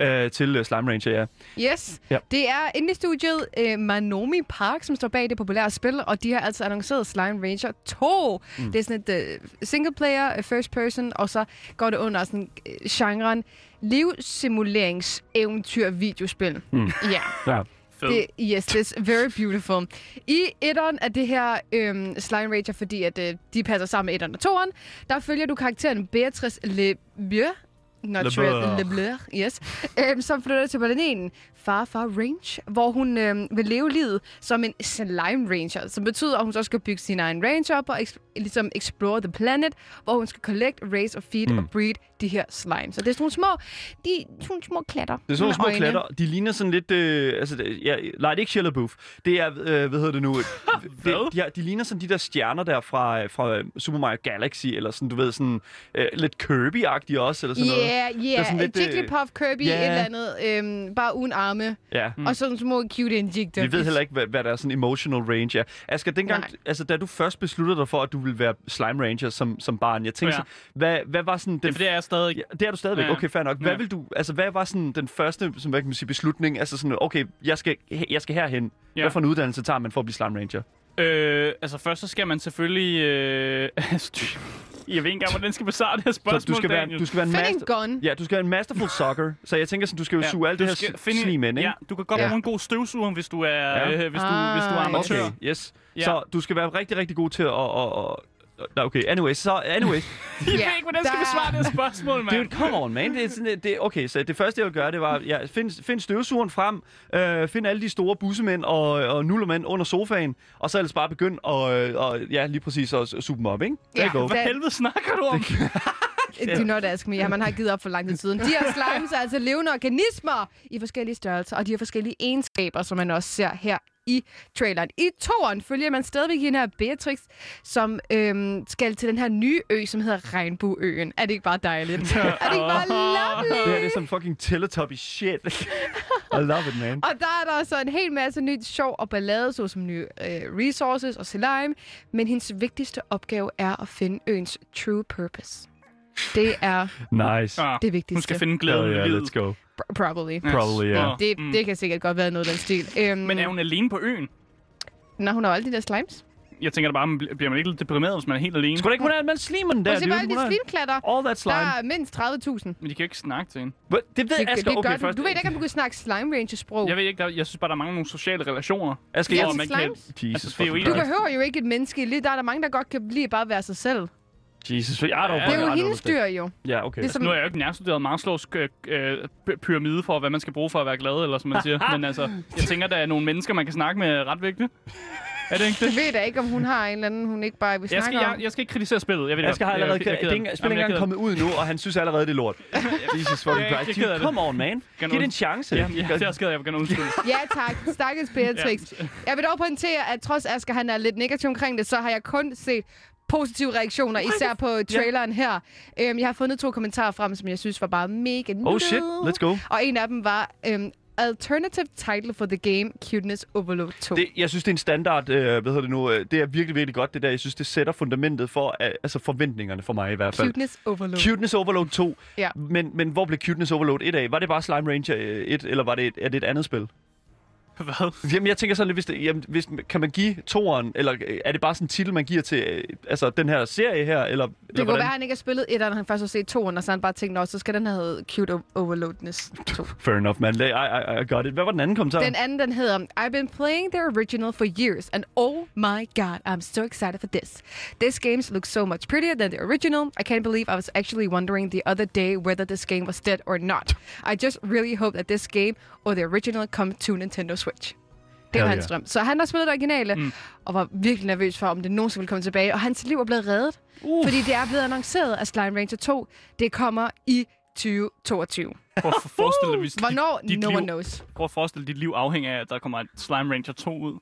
Speaker 2: øh, til øh, Slime Ranger, ja.
Speaker 1: Yes,
Speaker 2: Ja.
Speaker 1: ja. det er inde i studiet øh, Manomi Park, som står bag det populære spil, og de har altså annonceret Slime Ranger 2. Mm. Det er sådan et uh, single player, øh, first person, og så går det under sådan øh, genren livssimulerings-eventyr-videospil. Mm. Ja.
Speaker 2: ja.
Speaker 4: Fed.
Speaker 1: Det, yes, it's very beautiful. I etteren af det her øhm, Slime Ranger, fordi at, øh, de passer sammen med etteren og toeren, der følger du karakteren Beatrice Le Bleu, not
Speaker 2: Le Bleu.
Speaker 1: sure, Le Bleu, yes, øhm, som flytter til planeten Far Far Range, hvor hun øhm, vil leve livet som en Slime Ranger, som betyder, at hun så skal bygge sin egen range op og eks- ligesom explore the planet, hvor hun skal collect, raise og feed mm. og breed de her slime. Så det er sådan nogle små, de, sådan nogle små klatter.
Speaker 2: Det er sådan nogle
Speaker 1: med
Speaker 2: små
Speaker 1: øjne.
Speaker 2: klatter. De ligner sådan lidt... Øh, altså, det- ja, nej, det er ikke Shia LaBeouf. Det er, øh, hvad hedder det nu? det,
Speaker 4: Hvad?
Speaker 2: de, har- de ligner sådan de der stjerner der fra, øh, fra øh, Super Mario Galaxy, eller sådan, du ved, sådan øh, lidt Kirby-agtige også, eller sådan noget.
Speaker 1: Ja,
Speaker 2: er sådan
Speaker 1: ja.
Speaker 2: lidt,
Speaker 1: Lidt,
Speaker 2: øh,
Speaker 1: Jigglypuff, Kirby,
Speaker 2: ja.
Speaker 1: yeah. et eller andet. Øhm, bare uden arme.
Speaker 2: Ja.
Speaker 1: Mm. Og sådan små cute injector.
Speaker 2: Vi ved heller ikke, hvad, hvad der er sådan emotional range er. Asger, dengang,
Speaker 1: Nej.
Speaker 2: altså, da du først besluttede dig for, at du ville være Slime Ranger som, som barn, jeg tænkte,
Speaker 4: Ja.
Speaker 2: så, hvad, hvad var sådan
Speaker 4: Det er
Speaker 2: den...
Speaker 4: for det er jeg stadig.
Speaker 2: Ja, det er du stadigvæk.
Speaker 4: Ja.
Speaker 2: Okay, fair nok. Hvad,
Speaker 4: Ja.
Speaker 2: vil du, altså, hvad var sådan den første som, hvad kan man sige, beslutning? Altså sådan, okay, jeg skal, jeg skal herhen.
Speaker 4: Ja.
Speaker 2: Hvad for en uddannelse tager man for at blive Slime Ranger?
Speaker 4: Øh, altså først så skal man selvfølgelig... Øh, styr- jeg ved ikke engang, hvordan skal besvare det her spørgsmål,
Speaker 2: Så du skal være,
Speaker 4: Daniel.
Speaker 2: du skal være en
Speaker 1: Find en
Speaker 2: master...
Speaker 1: gun.
Speaker 2: Ja, du skal være en masterful sucker. Så jeg tænker sådan, du skal jo
Speaker 4: Ja,
Speaker 2: suge alt
Speaker 4: du
Speaker 2: det her
Speaker 4: skal
Speaker 2: s- slim ind, ikke?
Speaker 4: Ja, du kan godt
Speaker 1: Ja.
Speaker 4: bruge en god støvsuger, hvis du er,
Speaker 2: Ja.
Speaker 4: ja. øh, hvis du, hvis du er
Speaker 1: Ah,
Speaker 4: amatør.
Speaker 2: Okay, yes.
Speaker 4: Ja.
Speaker 2: Så du skal være rigtig, rigtig god til at... at, at Nå, okay, anyways, så anyways,
Speaker 4: Jeg ved ikke, hvordan jeg skal
Speaker 1: Der-
Speaker 4: besvare det her spørgsmål, mand.
Speaker 2: Dude, come on, man. Det er sådan, det, okay, så det første, jeg ville gøre, det var, ja, find, find støvsugeren frem, øh, find alle de store bussemænd og, og nullermænd under sofaen, og så ellers bare begynd og, øh, og ja, lige præcis at suge dem op, ikke? There you go.
Speaker 4: Hvad helvede snakker du om?
Speaker 1: Do not ask me. Ja, man har givet op for lang tid siden. De her slimes er altså levende organismer i forskellige størrelser, og de har forskellige egenskaber, som man også ser her i traileren. I toeren følger man stadigvæk hende her Beatrix, som øhm, skal til den her nye ø, som hedder Regnbueøen. Er det ikke bare dejligt? er det ikke bare lovely?
Speaker 2: Det her det er sådan fucking Teletubby shit. I love it, man.
Speaker 1: Og der er der så en hel masse nyt sjov og ballade, såsom nye øh, resources og slime. Men hendes vigtigste opgave er at finde øens true purpose. Det er
Speaker 2: Nice.
Speaker 4: Ah,
Speaker 1: det vigtigste.
Speaker 4: Hun skal finde glæde
Speaker 2: Hell
Speaker 4: i
Speaker 2: Oh, yeah,
Speaker 4: livet.
Speaker 2: let's go.
Speaker 1: pr- probably.
Speaker 4: Yes.
Speaker 2: Probably, yeah.
Speaker 4: Og-
Speaker 1: Det,
Speaker 4: mm.
Speaker 1: det kan sikkert godt være noget af den stil. Øhm,
Speaker 4: Men er hun alene på øen?
Speaker 1: Når hun har alle de der slimes.
Speaker 4: Jeg tænker da bare, man bl- bliver man ikke lidt deprimeret, hvis man er helt alene?
Speaker 2: Skulle det ikke, hun er med slimen der?
Speaker 1: Og se
Speaker 2: dude?
Speaker 1: bare alle
Speaker 2: Hun
Speaker 1: de
Speaker 2: er-
Speaker 1: slimklatter.
Speaker 2: All that
Speaker 1: Der
Speaker 2: slime.
Speaker 1: er mindst 30.000.
Speaker 4: Men de kan jo ikke snakke til hende.
Speaker 2: But det ved
Speaker 1: Det,
Speaker 2: Asger.
Speaker 1: det
Speaker 2: Okay,
Speaker 1: gør
Speaker 2: først.
Speaker 1: du. du ved ikke, om du kan snakke slime ranger sprog.
Speaker 4: Jeg ved ikke, der, jeg synes bare, der mangler nogle sociale relationer.
Speaker 2: Asger,
Speaker 1: Oh. Ja,
Speaker 2: jeg...
Speaker 4: hvor
Speaker 1: til
Speaker 4: man kan-
Speaker 1: slimes.
Speaker 2: Jesus
Speaker 4: Altså, det er
Speaker 2: fucking
Speaker 4: jo
Speaker 1: Du
Speaker 4: ikke-
Speaker 2: Christ.
Speaker 1: behøver jo ikke et menneske i livet. Der er der mange, der godt kan lide bare at være sig selv. Det
Speaker 2: Jesus. Jeg er dog
Speaker 4: Det
Speaker 1: er jo hendes dyr, jo.
Speaker 2: Ja, okay.
Speaker 1: Ligesom,
Speaker 4: Nu har jeg jo ikke nærstuderet Maslows øh, øh, p- pyramide for, hvad man skal bruge for at være glad, eller som man siger. Men altså, jeg tænker, der er nogle mennesker, man kan snakke med er ret vigtigt. Er det ikke
Speaker 1: jeg
Speaker 4: det?
Speaker 1: ved da ikke, om hun har en eller anden, hun ikke bare vil
Speaker 4: Jeg skal,
Speaker 1: snakke
Speaker 4: jeg, jeg skal ikke kritisere spillet. Jeg ved det
Speaker 2: Asger har
Speaker 4: godt.
Speaker 2: allerede...
Speaker 4: Jeg- jeg er
Speaker 2: Spillet er
Speaker 4: ked af det.
Speaker 2: ikke spillet
Speaker 4: Jamen,
Speaker 2: ikke
Speaker 4: jeg er
Speaker 2: engang
Speaker 4: ked af det.
Speaker 2: kommet ud nu, og han synes allerede, det er lort. Jesus fucking
Speaker 4: jeg er
Speaker 2: Christ.
Speaker 4: ked af
Speaker 2: Dude,
Speaker 4: det.
Speaker 2: Come on, man. Giv
Speaker 4: Kan
Speaker 2: det en
Speaker 4: du-
Speaker 2: chance.
Speaker 4: Ja, ja, det er også ked af, jeg vil gerne undskylde.
Speaker 1: Ja tak, stakkels Beatrix. ja. Jeg vil dog pointere, at trods Asger han er lidt negativ omkring det, så har jeg kun set positive reaktioner, især på traileren her. Øhm, jeg har fundet to kommentarer frem, som jeg synes var bare mega
Speaker 2: Oh shit, let's go.
Speaker 1: Og en af dem var, øhm, Alternative title for the game, Cuteness Overload 2.
Speaker 2: Det, jeg synes, det er en standard, øh, hvad hedder det nu, øh, det er virkelig, virkelig godt, det der. Jeg synes, det sætter fundamentet for, øh, altså forventningerne for mig i hvert fald.
Speaker 1: Cuteness Overload.
Speaker 2: Cuteness Overload 2.
Speaker 1: Ja.
Speaker 2: Men, men hvor blev Cuteness Overload 1 af? Var det bare Slime Ranger øh, 1, eller var det et, er det et andet spil?
Speaker 4: Hvad?
Speaker 2: Jamen, jeg tænker sådan lidt, hvis, det, jamen, hvis kan man give toeren, eller øh, er det bare sådan en titel, man giver til øh, altså, den her serie her, eller, eller
Speaker 1: Det kunne være, at han ikke har spillet et, og han først har set to, og så han bare tænkte, "Nå, så skal den have heddet Cute O- Overloadness 2.
Speaker 2: Fair enough, man. I, I, I got it. Hvad var den anden kommentar?
Speaker 1: Den anden, den hedder, I've been playing the original for years, and oh my god, I'm so excited for this. This game looks so much prettier than the original. I can't believe I was actually wondering the other day whether this game was dead or not. I just really hope that this game or the original come to Nintendo Switch. Det var
Speaker 2: Hell
Speaker 1: hans
Speaker 2: yeah.
Speaker 1: drøm. Så han har spillet det originale, mm. og var virkelig nervøs for, om det nogensinde ville komme tilbage. Og hans liv er blevet reddet, uh. fordi det er blevet annonceret, at Slime Ranger 2, det kommer i 2022.
Speaker 4: Prøv at forestille dig, hvis dit-
Speaker 1: Uh, Hvornår?
Speaker 4: dit
Speaker 1: No
Speaker 4: liv,
Speaker 1: one knows.
Speaker 4: Prøv at forestille dig, dit liv afhænger af, at der kommer et Slime Ranger 2 ud.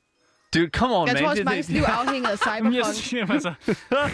Speaker 2: Dude, come on,
Speaker 1: Jeg
Speaker 2: man.
Speaker 1: tror også,
Speaker 2: Det-
Speaker 1: manges
Speaker 2: det-
Speaker 1: liv afhænger af
Speaker 4: Jamen, jeg
Speaker 1: Cyberpunk.
Speaker 4: siger, altså,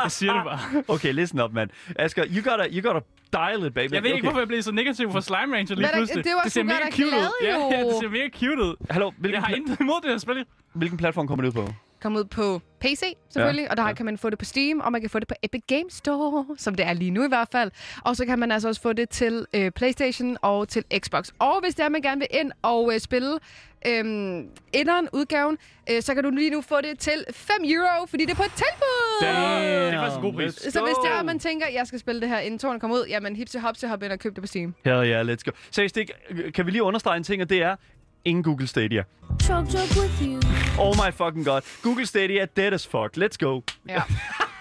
Speaker 4: jeg siger det bare.
Speaker 2: Okay, listen up, man. Asger, you gotta, you gotta dial it, baby.
Speaker 4: Jeg ved
Speaker 2: okay.
Speaker 4: ikke, hvorfor jeg blev så negativ for Slime Ranger lige
Speaker 1: Men der-
Speaker 4: pludselig.
Speaker 1: det var
Speaker 4: det ser
Speaker 1: sgu da
Speaker 4: mega
Speaker 1: da
Speaker 4: cute ud.
Speaker 1: glad, jo.
Speaker 4: Ja, ja, det ser mega cute ud.
Speaker 2: Hallo,
Speaker 4: Jeg
Speaker 2: hvilken,
Speaker 4: har
Speaker 2: pla-
Speaker 4: Øh, intet imod det her spil.
Speaker 2: hvilken platform kommer det ud på?
Speaker 1: Kom ud på PC, selvfølgelig, ja, og der ja. kan man få det på Steam, og man kan få det på Epic Games Store, som det er lige nu i hvert fald. Og så kan man altså også få det til øh, PlayStation og til Xbox. Og hvis det er, man gerne vil ind og øh, spille øhm, inderen udgaven, øh, så kan du lige nu få det til 5 euro, fordi det er på et tilbud!
Speaker 4: Det er faktisk en god pris.
Speaker 2: let's
Speaker 1: Så hvis det er,
Speaker 2: go.
Speaker 1: man tænker, jeg skal spille det her, inden tårnet kommer ud, jamen hipse hopse, hop ind og køb det på Steam.
Speaker 2: Hell yeah, let's go. Seriøst, det, kan vi lige understrege en ting, og det er ingen Google Stadia.
Speaker 5: Choked up with you.
Speaker 2: Oh my fucking god. Google Stadia er dead as fuck. Let's go.
Speaker 1: Ja, det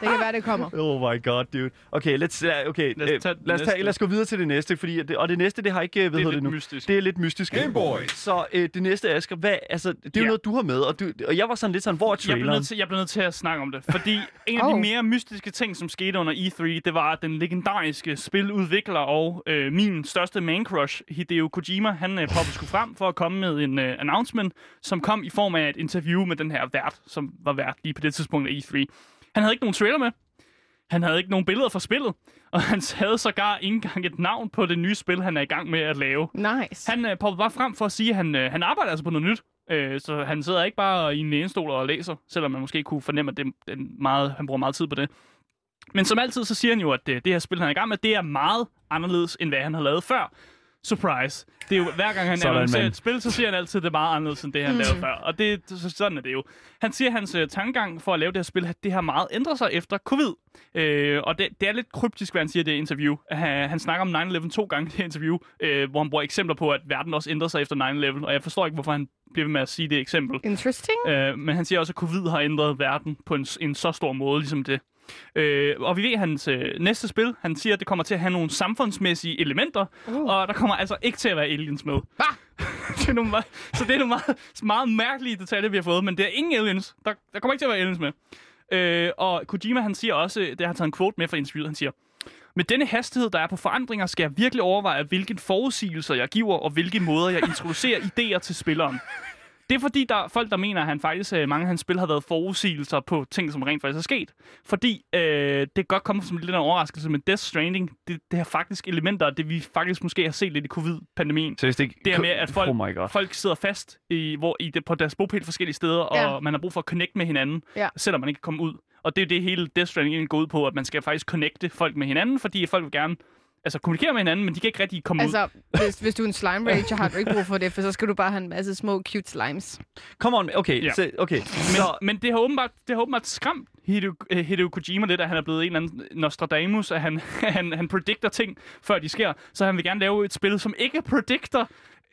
Speaker 4: Ah!
Speaker 1: kan være, det kommer.
Speaker 2: Oh my god, dude. Okay, let's, uh, okay,
Speaker 4: Lad os
Speaker 2: øh,
Speaker 4: tage den
Speaker 2: lad, os tage,
Speaker 4: næste.
Speaker 2: lad os gå videre til det næste, fordi at det, og det næste, det har ikke, øh, hvad
Speaker 4: Det
Speaker 2: hedder
Speaker 4: er
Speaker 2: det
Speaker 4: lidt
Speaker 2: nu?
Speaker 4: mystisk.
Speaker 2: Det er lidt mystisk. Gameboy. Så øh, det næste, Asger, hvad, altså, det er jo
Speaker 4: Ja.
Speaker 2: noget, du har med, og, du, og jeg var sådan lidt sådan, hvor er
Speaker 4: Jeg bliver,
Speaker 2: traileren?
Speaker 4: nødt til, jeg bliver nødt til at snakke om det, fordi en af de
Speaker 1: Oh.
Speaker 4: mere mystiske ting, som skete under E3, det var, at den legendariske spiludvikler og øh, min største man-crush, Hideo Kojima, han øh, poppede sgu frem for at komme med en øh, announcement, som kom i form af et interview med den her vært, som var vært lige på det tidspunkt af E3. Han havde ikke nogen trailer med, han havde ikke nogen billeder fra spillet, og han havde sågar ikke engang et navn på det nye spil, han er i gang med at lave.
Speaker 1: Nice.
Speaker 4: Han øh, popper bare frem for at sige, at han, øh, han arbejder altså på noget nyt. Øh, så han sidder ikke bare i en lænestol og læser, selvom man måske kunne fornemme, at det, det er meget, han bruger meget tid på det. Men som altid, så siger han jo, at øh, det, det her spil, han er i gang med, det er meget anderledes, end hvad han har lavet før. Surprise. Det er jo, hver gang han
Speaker 2: Sådan,
Speaker 4: annoncerer
Speaker 2: mand.
Speaker 4: et spil, så siger han altid, at det er meget anderledes, end det, han lavede før. Og det, så sådan er det jo. Han siger, at hans øh, tankegang for at lave det her spil, at det har meget ændret sig efter covid. Øh, og det, det er lidt kryptisk, hvad han siger i det interview. Han, han snakker om 9-11 to gange i det interview, øh, hvor han bruger eksempler på, at verden også ændrer sig efter 9-11. Og jeg forstår ikke, hvorfor han bliver ved med at sige det eksempel.
Speaker 1: Interesting.
Speaker 4: Øh, men han siger også, at covid har ændret verden på en, s- en så stor måde, ligesom det. Øh, og vi ved, at hans øh, næste spil, han siger, at det kommer til at have nogle samfundsmæssige elementer, uh. og der kommer altså ikke til at være aliens med.
Speaker 1: Hva?
Speaker 4: det er nogle meget, så det er nogle meget, meget mærkelige detaljer, vi har fået, men det er ingen aliens. Der, der kommer ikke til at være aliens med. Øh, og Kojima, han siger også, øh, det har jeg taget en quote med fra interviewet, han siger, med denne hastighed, der er på forandringer, skal jeg virkelig overveje, hvilke forudsigelser jeg giver, og hvilke måder jeg introducerer idéer til spilleren. Det er fordi, der er folk, der mener, at han faktisk, øh, mange af hans spil har været forudsigelser på ting, som rent faktisk er sket. Fordi øh, det kan godt komme som lidt af en overraskelse, men Death Stranding, det, det har faktisk elementer, af det vi faktisk måske har set lidt i covid-pandemien.
Speaker 2: Seriøst, ikke?
Speaker 4: Det er med, at folk,
Speaker 2: Oh my god.
Speaker 4: folk sidder fast i, hvor, i det, på deres bopæl forskellige steder, og
Speaker 1: Ja.
Speaker 4: man har brug for at connecte med hinanden,
Speaker 1: Ja.
Speaker 4: selvom man ikke kan komme ud. Og det er jo det hele Death Stranding egentlig går ud på, at man skal faktisk connecte folk med hinanden, fordi folk vil gerne altså, kommunikere med hinanden, men de kan ikke rigtig komme ud.
Speaker 1: Altså, hvis, hvis du er en slime rager, har du ikke brug for det, for så skal du bare have en masse små cute slimes.
Speaker 2: Come on, okay.
Speaker 4: Ja.
Speaker 2: Yeah. Så, okay.
Speaker 4: Men,
Speaker 2: Så,
Speaker 4: men det, har åbenbart, det har åbenbart skræmt Hideo, øh, Hideo Kojima lidt, at han er blevet en eller anden Nostradamus, at han, han, han predikter ting, før de sker. Så han vil gerne lave et spil, som ikke predikter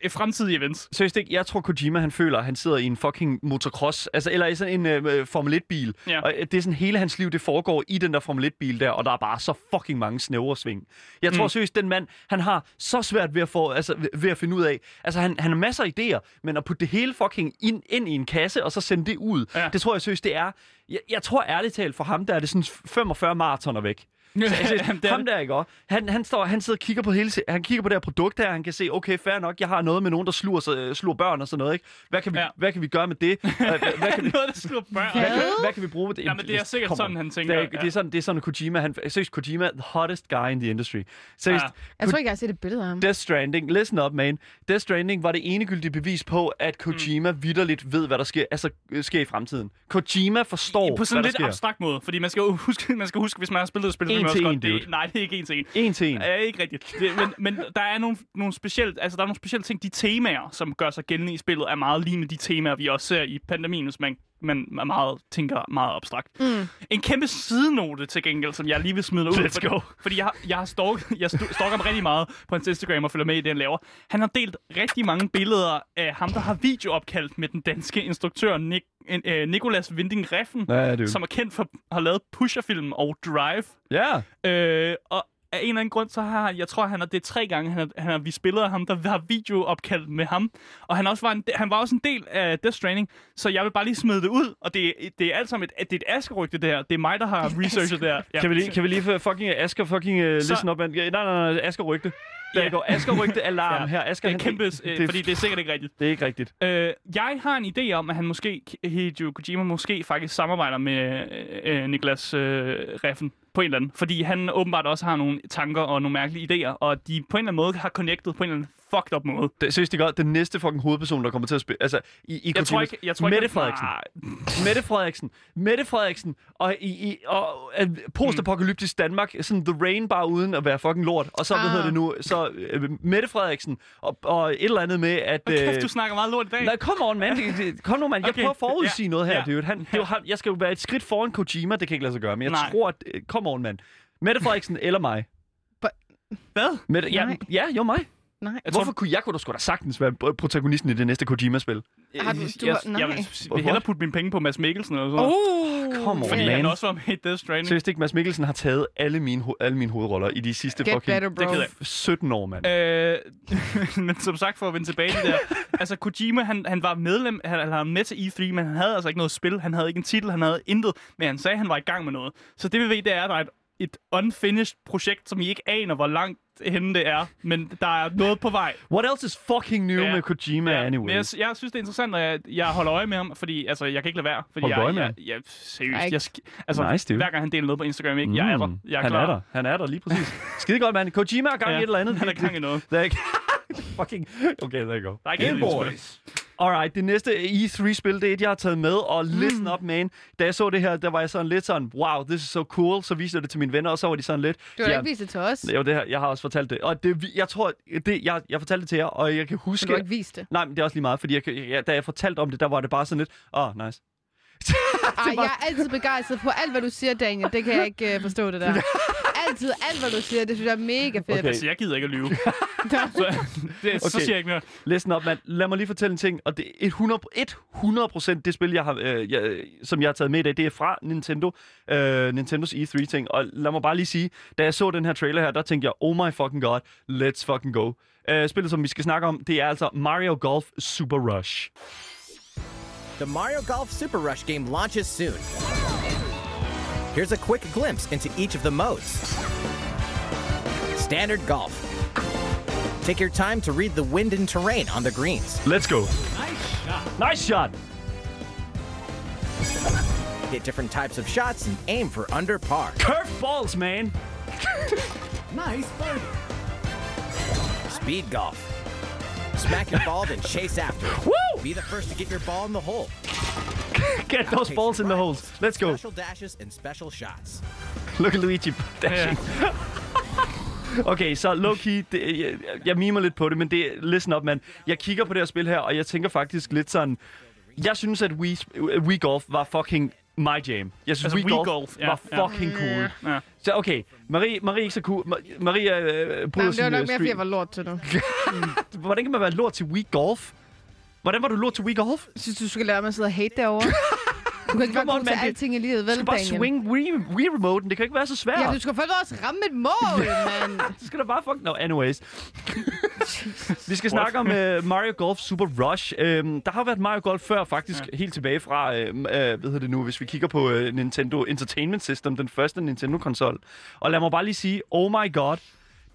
Speaker 4: øh, fremtidige events.
Speaker 2: seriøst ikke, jeg tror Kojima, han føler, at han sidder i en fucking motocross, altså, eller i sådan en øh, Formel 1-bil.
Speaker 4: Ja.
Speaker 2: Og øh, det er sådan, hele hans liv, det foregår i den der Formel 1-bil der, og der er bare så fucking mange snævre sving. Jeg
Speaker 4: Mm.
Speaker 2: tror seriøst, den mand, han har så svært ved at, få, altså, ved- ved at finde ud af, altså han, han har masser af idéer, men at putte det hele fucking ind, ind i en kasse, og så sende det ud,
Speaker 4: Ja.
Speaker 2: ja. det tror jeg seriøst, det er, jeg, jeg tror ærligt talt for ham, der er det sådan 45 maratoner væk. Så, altså,
Speaker 4: Jamen, det
Speaker 2: det
Speaker 4: er
Speaker 2: ham der, ikke også? Han, han, står, han sidder og kigger på hele, se- han kigger på det her produkt her, han kan se, okay, fair nok, jeg har noget med nogen, der slur, så, slur børn og sådan noget, ikke? Hvad kan vi,
Speaker 4: Ja.
Speaker 2: ja. hvad kan vi gøre med det? Øh, Hvad, hvad, kan vi,
Speaker 4: Noget, der slår
Speaker 2: hvad,
Speaker 4: børn.
Speaker 2: kan, hvad kan vi bruge med det?
Speaker 4: Ja, men det er sikkert
Speaker 2: Come
Speaker 4: sådan,
Speaker 2: on.
Speaker 4: han tænker,
Speaker 2: Det er, ikke-
Speaker 4: ja.
Speaker 2: det er sådan, det er sådan at Kojima, han, seriøst, Kojima, the hottest guy in the industry. Seriøst,
Speaker 4: Ja.
Speaker 1: Jeg tror ikke, jeg har set et billede af ham.
Speaker 2: Death Stranding, listen up, man. Death Stranding var det enegyldige bevis på, at Kojima mm. vidderligt ved, hvad der sker, altså, øh, sker i fremtiden. Kojima forstår,
Speaker 4: På sådan
Speaker 2: hvad
Speaker 4: lidt
Speaker 2: der sker.
Speaker 4: abstrakt måde, fordi man skal jo huske, man skal huske hvis man har spillet et spil, så
Speaker 2: En
Speaker 4: ved man
Speaker 2: til
Speaker 4: også
Speaker 2: en,
Speaker 4: godt, det,
Speaker 2: dude.
Speaker 4: nej, det er ikke en til en.
Speaker 2: En til en.
Speaker 4: Ja, ikke rigtigt. Det, men, men der er nogle, nogle specielle, altså der er nogle specielle ting, de temaer, som gør sig gældende i spillet, er meget lignende de temaer, vi også ser i pandemien, hvis man, man er meget, tænker meget abstrakt. Mm. En kæmpe sidenote til gengæld, som jeg lige vil smide ud.
Speaker 2: Let's
Speaker 4: fordi,
Speaker 2: go.
Speaker 4: Fordi jeg, har- jeg, har stalk, jeg stu- stalker ham rigtig meget på hans Instagram og følger med i det, han laver. Han har delt rigtig mange billeder af ham, der har videoopkaldt med den danske instruktør Nick, øh, Nicolas Winding Refn,
Speaker 2: Ja, det er jo-
Speaker 4: som er kendt for at have lavet Pusher-film og Drive.
Speaker 2: Ja.
Speaker 4: Øh, og af en eller anden grund, så har han, jeg tror, han er det er tre gange, han har, han har, vi spillede af ham, der har videoopkaldt med ham. Og han, også var en, de- han var også en del af Death Stranding, så jeg vil bare lige smide det ud. Og det, det er alt sammen et, det er et askerygte, det her. Det er mig, der har researchet det her. Ja.
Speaker 2: Kan vi lige, kan vi lige få fucking Asger fucking uh,
Speaker 4: Så-
Speaker 2: listen op? Man. Nej, nej, nej, Asger rygte. Der
Speaker 4: Ja.
Speaker 2: yeah. går Asger rygte alarm
Speaker 4: Ja.
Speaker 2: her. Asger,
Speaker 4: det er
Speaker 2: han-
Speaker 4: kæmpe, øh,
Speaker 2: det,
Speaker 4: fordi det er sikkert ikke rigtigt.
Speaker 2: det er ikke rigtigt.
Speaker 4: Øh, jeg har en idé om, at han måske, Hideo Kojima måske faktisk samarbejder med øh, øh, Niklas øh, Reffen på en eller anden. Fordi han åbenbart også har nogle tanker og nogle mærkelige idéer, og de på en eller anden måde har connectet på en eller anden fucked up måde.
Speaker 2: Det, seriøst, det er godt. Den næste fucking hovedperson, der kommer til at spille... Altså, i, i
Speaker 4: Jeg tror
Speaker 2: Kojimas-
Speaker 4: ikke, jeg tror ikke,
Speaker 2: Mette Frederiksen.
Speaker 4: Nej,
Speaker 2: Mette Frederiksen. Mette Frederiksen. Og i, i og, øh, postapokalyptisk Danmark. Sådan The Rain bare uden at være fucking lort. Og så, ah. hvad hedder det nu? Så øh, Mette Frederiksen. Og, og et eller andet med, at... øh,
Speaker 4: Hold kæft, du snakker meget lort i dag.
Speaker 2: Nej, come on, man. Det- det- Kom nu, man. Jeg
Speaker 4: Okay.
Speaker 2: prøver at forudsige
Speaker 4: Ja.
Speaker 2: noget her,
Speaker 4: Ja.
Speaker 2: dude. Han, det var, ham- jeg skal jo være et skridt foran Kojima. Det kan ikke lade sig gøre, men jeg
Speaker 4: Nej.
Speaker 2: tror, at... øh, Come on, man. Mette Frederiksen eller mig.
Speaker 4: Hvad?
Speaker 2: Mette, ja,
Speaker 1: Nej.
Speaker 2: ja, jo mig.
Speaker 1: Nej.
Speaker 4: Jeg
Speaker 2: Hvorfor
Speaker 4: tror-
Speaker 2: kunne jeg kunne da sgu da sagtens være øh, protagonisten i det næste
Speaker 1: Uh.
Speaker 2: Kojima-spil?
Speaker 1: Har du- du
Speaker 4: jeg,
Speaker 1: har- nej.
Speaker 4: jeg, vil, jeg vil hellere putte mine penge på Mads Mikkelsen eller sådan noget.
Speaker 1: Oh,
Speaker 2: Come on,
Speaker 4: fordi
Speaker 2: man.
Speaker 4: han også var med i Death Stranding.
Speaker 2: Seriøst ikke, Mads Mikkelsen har taget alle mine, ho- alle mine hovedroller i de sidste
Speaker 1: Get
Speaker 2: fucking
Speaker 1: better, bro.
Speaker 4: Det keder jeg.
Speaker 2: f- 17 år, mand.
Speaker 4: Øh, men som sagt, for at vende tilbage til det der. Altså, Kojima, han, han var medlem, han, han var med til E3, men han havde altså ikke noget spil, han havde ikke en titel, han havde intet, men han sagde, han var i gang med noget. Så det vi ved, det er, at der er et, et unfinished projekt, som I ikke aner, hvor langt henne det er, men der er noget på vej.
Speaker 2: What else is fucking new
Speaker 4: Ja.
Speaker 2: med Kojima anyway?
Speaker 4: Men jeg, jeg synes, det er interessant, og jeg, jeg holder øje med ham, fordi altså, jeg kan ikke lade være. Fordi
Speaker 2: Holder
Speaker 4: jeg,
Speaker 2: øje med
Speaker 4: jeg,
Speaker 2: ham?
Speaker 4: jeg, jeg, seriøst,
Speaker 1: Ej.
Speaker 4: jeg, sk- altså,
Speaker 2: Nice, dude. Mm,
Speaker 4: hver gang han deler noget på Instagram, ikke? jeg er der. Jeg er
Speaker 2: Hmm. han
Speaker 4: klar.
Speaker 2: er der. Han er der, lige præcis. Skide godt, mand. Kojima er gang i
Speaker 4: Ja,
Speaker 2: et eller andet.
Speaker 4: han er gang i noget.
Speaker 2: Der er ikke... fucking... Okay, there you go.
Speaker 4: Der er ikke noget, der er
Speaker 2: Alright, det næste E3-spil, det er et, jeg har taget med, og
Speaker 1: Hmm.
Speaker 2: listen up, man. Da jeg så det her, der var jeg sådan lidt sådan, wow, this is so cool. Så viste jeg det til mine venner, og så var de sådan lidt...
Speaker 1: Du har da
Speaker 2: ja,
Speaker 1: ikke vist det til os.
Speaker 2: jo, det her, jeg har også fortalt det. Og det, vi- jeg tror, det, jeg, jeg fortalte det til jer, og jeg kan
Speaker 1: Men
Speaker 2: huske...
Speaker 1: du har ikke vist det.
Speaker 2: Nej, men det er også lige meget, fordi jeg, kan- jeg, da jeg fortalte om det, der var det bare sådan lidt, åh, oh, nice.
Speaker 1: Ej, jeg er altid begejstret på alt, hvad du siger, Daniel. Det kan jeg ikke uh, forstå, det der. Altid, alt, hvad du siger, det synes jeg er mega fedt.
Speaker 2: Okay.
Speaker 4: Altså, jeg gider ikke at lyve. så, det, okay. så
Speaker 2: Okay.
Speaker 4: siger jeg ikke mere.
Speaker 2: Listen op, mand. Lad mig lige fortælle en ting, og det er 100, 100% det spil, jeg har, øh, jeg, som jeg har taget med i dag, det er fra Nintendo, øh, Nintendos E3-ting. Og lad mig bare lige sige, da jeg så den her trailer her, der tænkte jeg, oh my fucking god, let's fucking go. Øh, spillet, som vi skal snakke om, det er altså Mario Golf Super Rush.
Speaker 5: The Mario Golf Super Rush game launches soon. Here's a quick glimpse into each of the modes Standard Golf, Take your time to read the wind and terrain on the greens.
Speaker 2: Let's go. Nice shot.
Speaker 5: Hit different types of shots and aim for under par.
Speaker 2: Curve balls, man.
Speaker 6: Nice birdie.
Speaker 5: Speed golf. Smack your ball, then chase after it.
Speaker 2: Woo!
Speaker 5: Be the first to get your ball in the hole.
Speaker 2: Get those
Speaker 5: Outpace
Speaker 2: balls in the
Speaker 5: rivals.
Speaker 2: holes. Let's go.
Speaker 5: Special dashes and special shots.
Speaker 2: Look at Luigi dashing. Okay, så low-key, det, jeg, jeg mimer lidt på det, men det, listen up, mand. Jeg kigger på det her spil her, og jeg tænker faktisk lidt sådan... Jeg synes, at Wii, øh, Wii Golf var fucking my jam. Jeg synes,
Speaker 4: Altså,
Speaker 2: Wii,
Speaker 4: Wii
Speaker 2: Golf,
Speaker 4: Golf, ja,
Speaker 2: var
Speaker 4: ja.
Speaker 2: fucking cool.
Speaker 4: Ja.
Speaker 2: Så okay, Marie, Marie er ikke så cool. Ma- Marie øh, bryder
Speaker 3: Jamen, det var
Speaker 2: sin
Speaker 3: nok
Speaker 2: øh,
Speaker 3: mere, fordi jeg
Speaker 2: stream.
Speaker 3: var lort til nu.
Speaker 2: Hvordan kan man være lort til Wii Golf? Hvordan var du lort til Wii Golf?
Speaker 3: Jeg synes, du skal lade mig sidde og hate derovre. Du kan ikke være
Speaker 2: Come on,
Speaker 3: god til
Speaker 2: mand, det-
Speaker 3: alting i livet,
Speaker 2: Du
Speaker 3: vel,
Speaker 2: skal bare
Speaker 3: Daniel?
Speaker 2: swing Wii- Wii-remoten. Det kan ikke være så svært.
Speaker 3: Ja, du skal først også ramme et mål, mand.
Speaker 2: Så skal der bare fuck... No, anyways. vi skal snakke om uh, Mario Golf Super Rush. Uh, der har været Mario Golf før, faktisk ja. helt tilbage fra, uh, uh, hvad hedder det nu, hvis vi kigger på uh, Nintendo Entertainment System, den første Nintendo-konsol. Og lad mig bare lige sige, oh my god,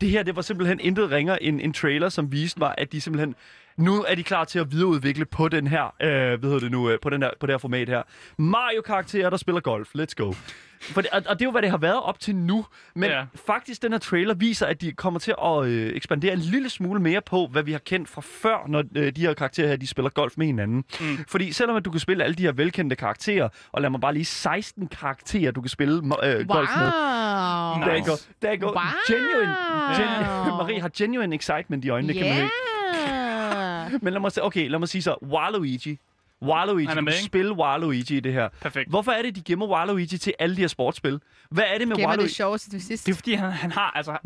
Speaker 2: det her, det var simpelthen intet ringer end en trailer, som viste mig, at de simpelthen nu er de klar til at videreudvikle på den her, øh, hvad hedder det nu, øh, på, den her, på det her format her. Mario-karakterer, der spiller golf. Let's go. For det, og, og det er jo, hvad det har været op til nu. Men
Speaker 4: Ja.
Speaker 2: faktisk, den her trailer viser, at de kommer til at øh, ekspandere en lille smule mere på, hvad vi har kendt fra før, når øh, de her karakterer her, de spiller golf med hinanden. Mm. Fordi selvom at du kan spille alle de her velkendte karakterer, og lad mig bare lige 16 karakterer, du kan spille øh,
Speaker 3: Wow.
Speaker 2: golf med. Der
Speaker 4: Nice.
Speaker 2: går, der går
Speaker 3: Wow.
Speaker 2: genuine, gen, Marie har genuine excitement i øjnene, kan man høre.
Speaker 3: Yeah.
Speaker 2: Men lad mig, se- okay, lad mig sige så, Waluigi. Waluigi,
Speaker 4: Han er
Speaker 2: du
Speaker 4: med,
Speaker 2: kan
Speaker 4: ikke?
Speaker 2: spille Waluigi i det her.
Speaker 4: Perfekt.
Speaker 2: Hvorfor er det, de gemmer Waluigi til alle de her sportsspil? Hvad er det
Speaker 3: Gemmer
Speaker 2: med
Speaker 3: det
Speaker 2: Waluigi?
Speaker 3: sjoveste til sidst.
Speaker 4: Det er fordi, han, han har, altså,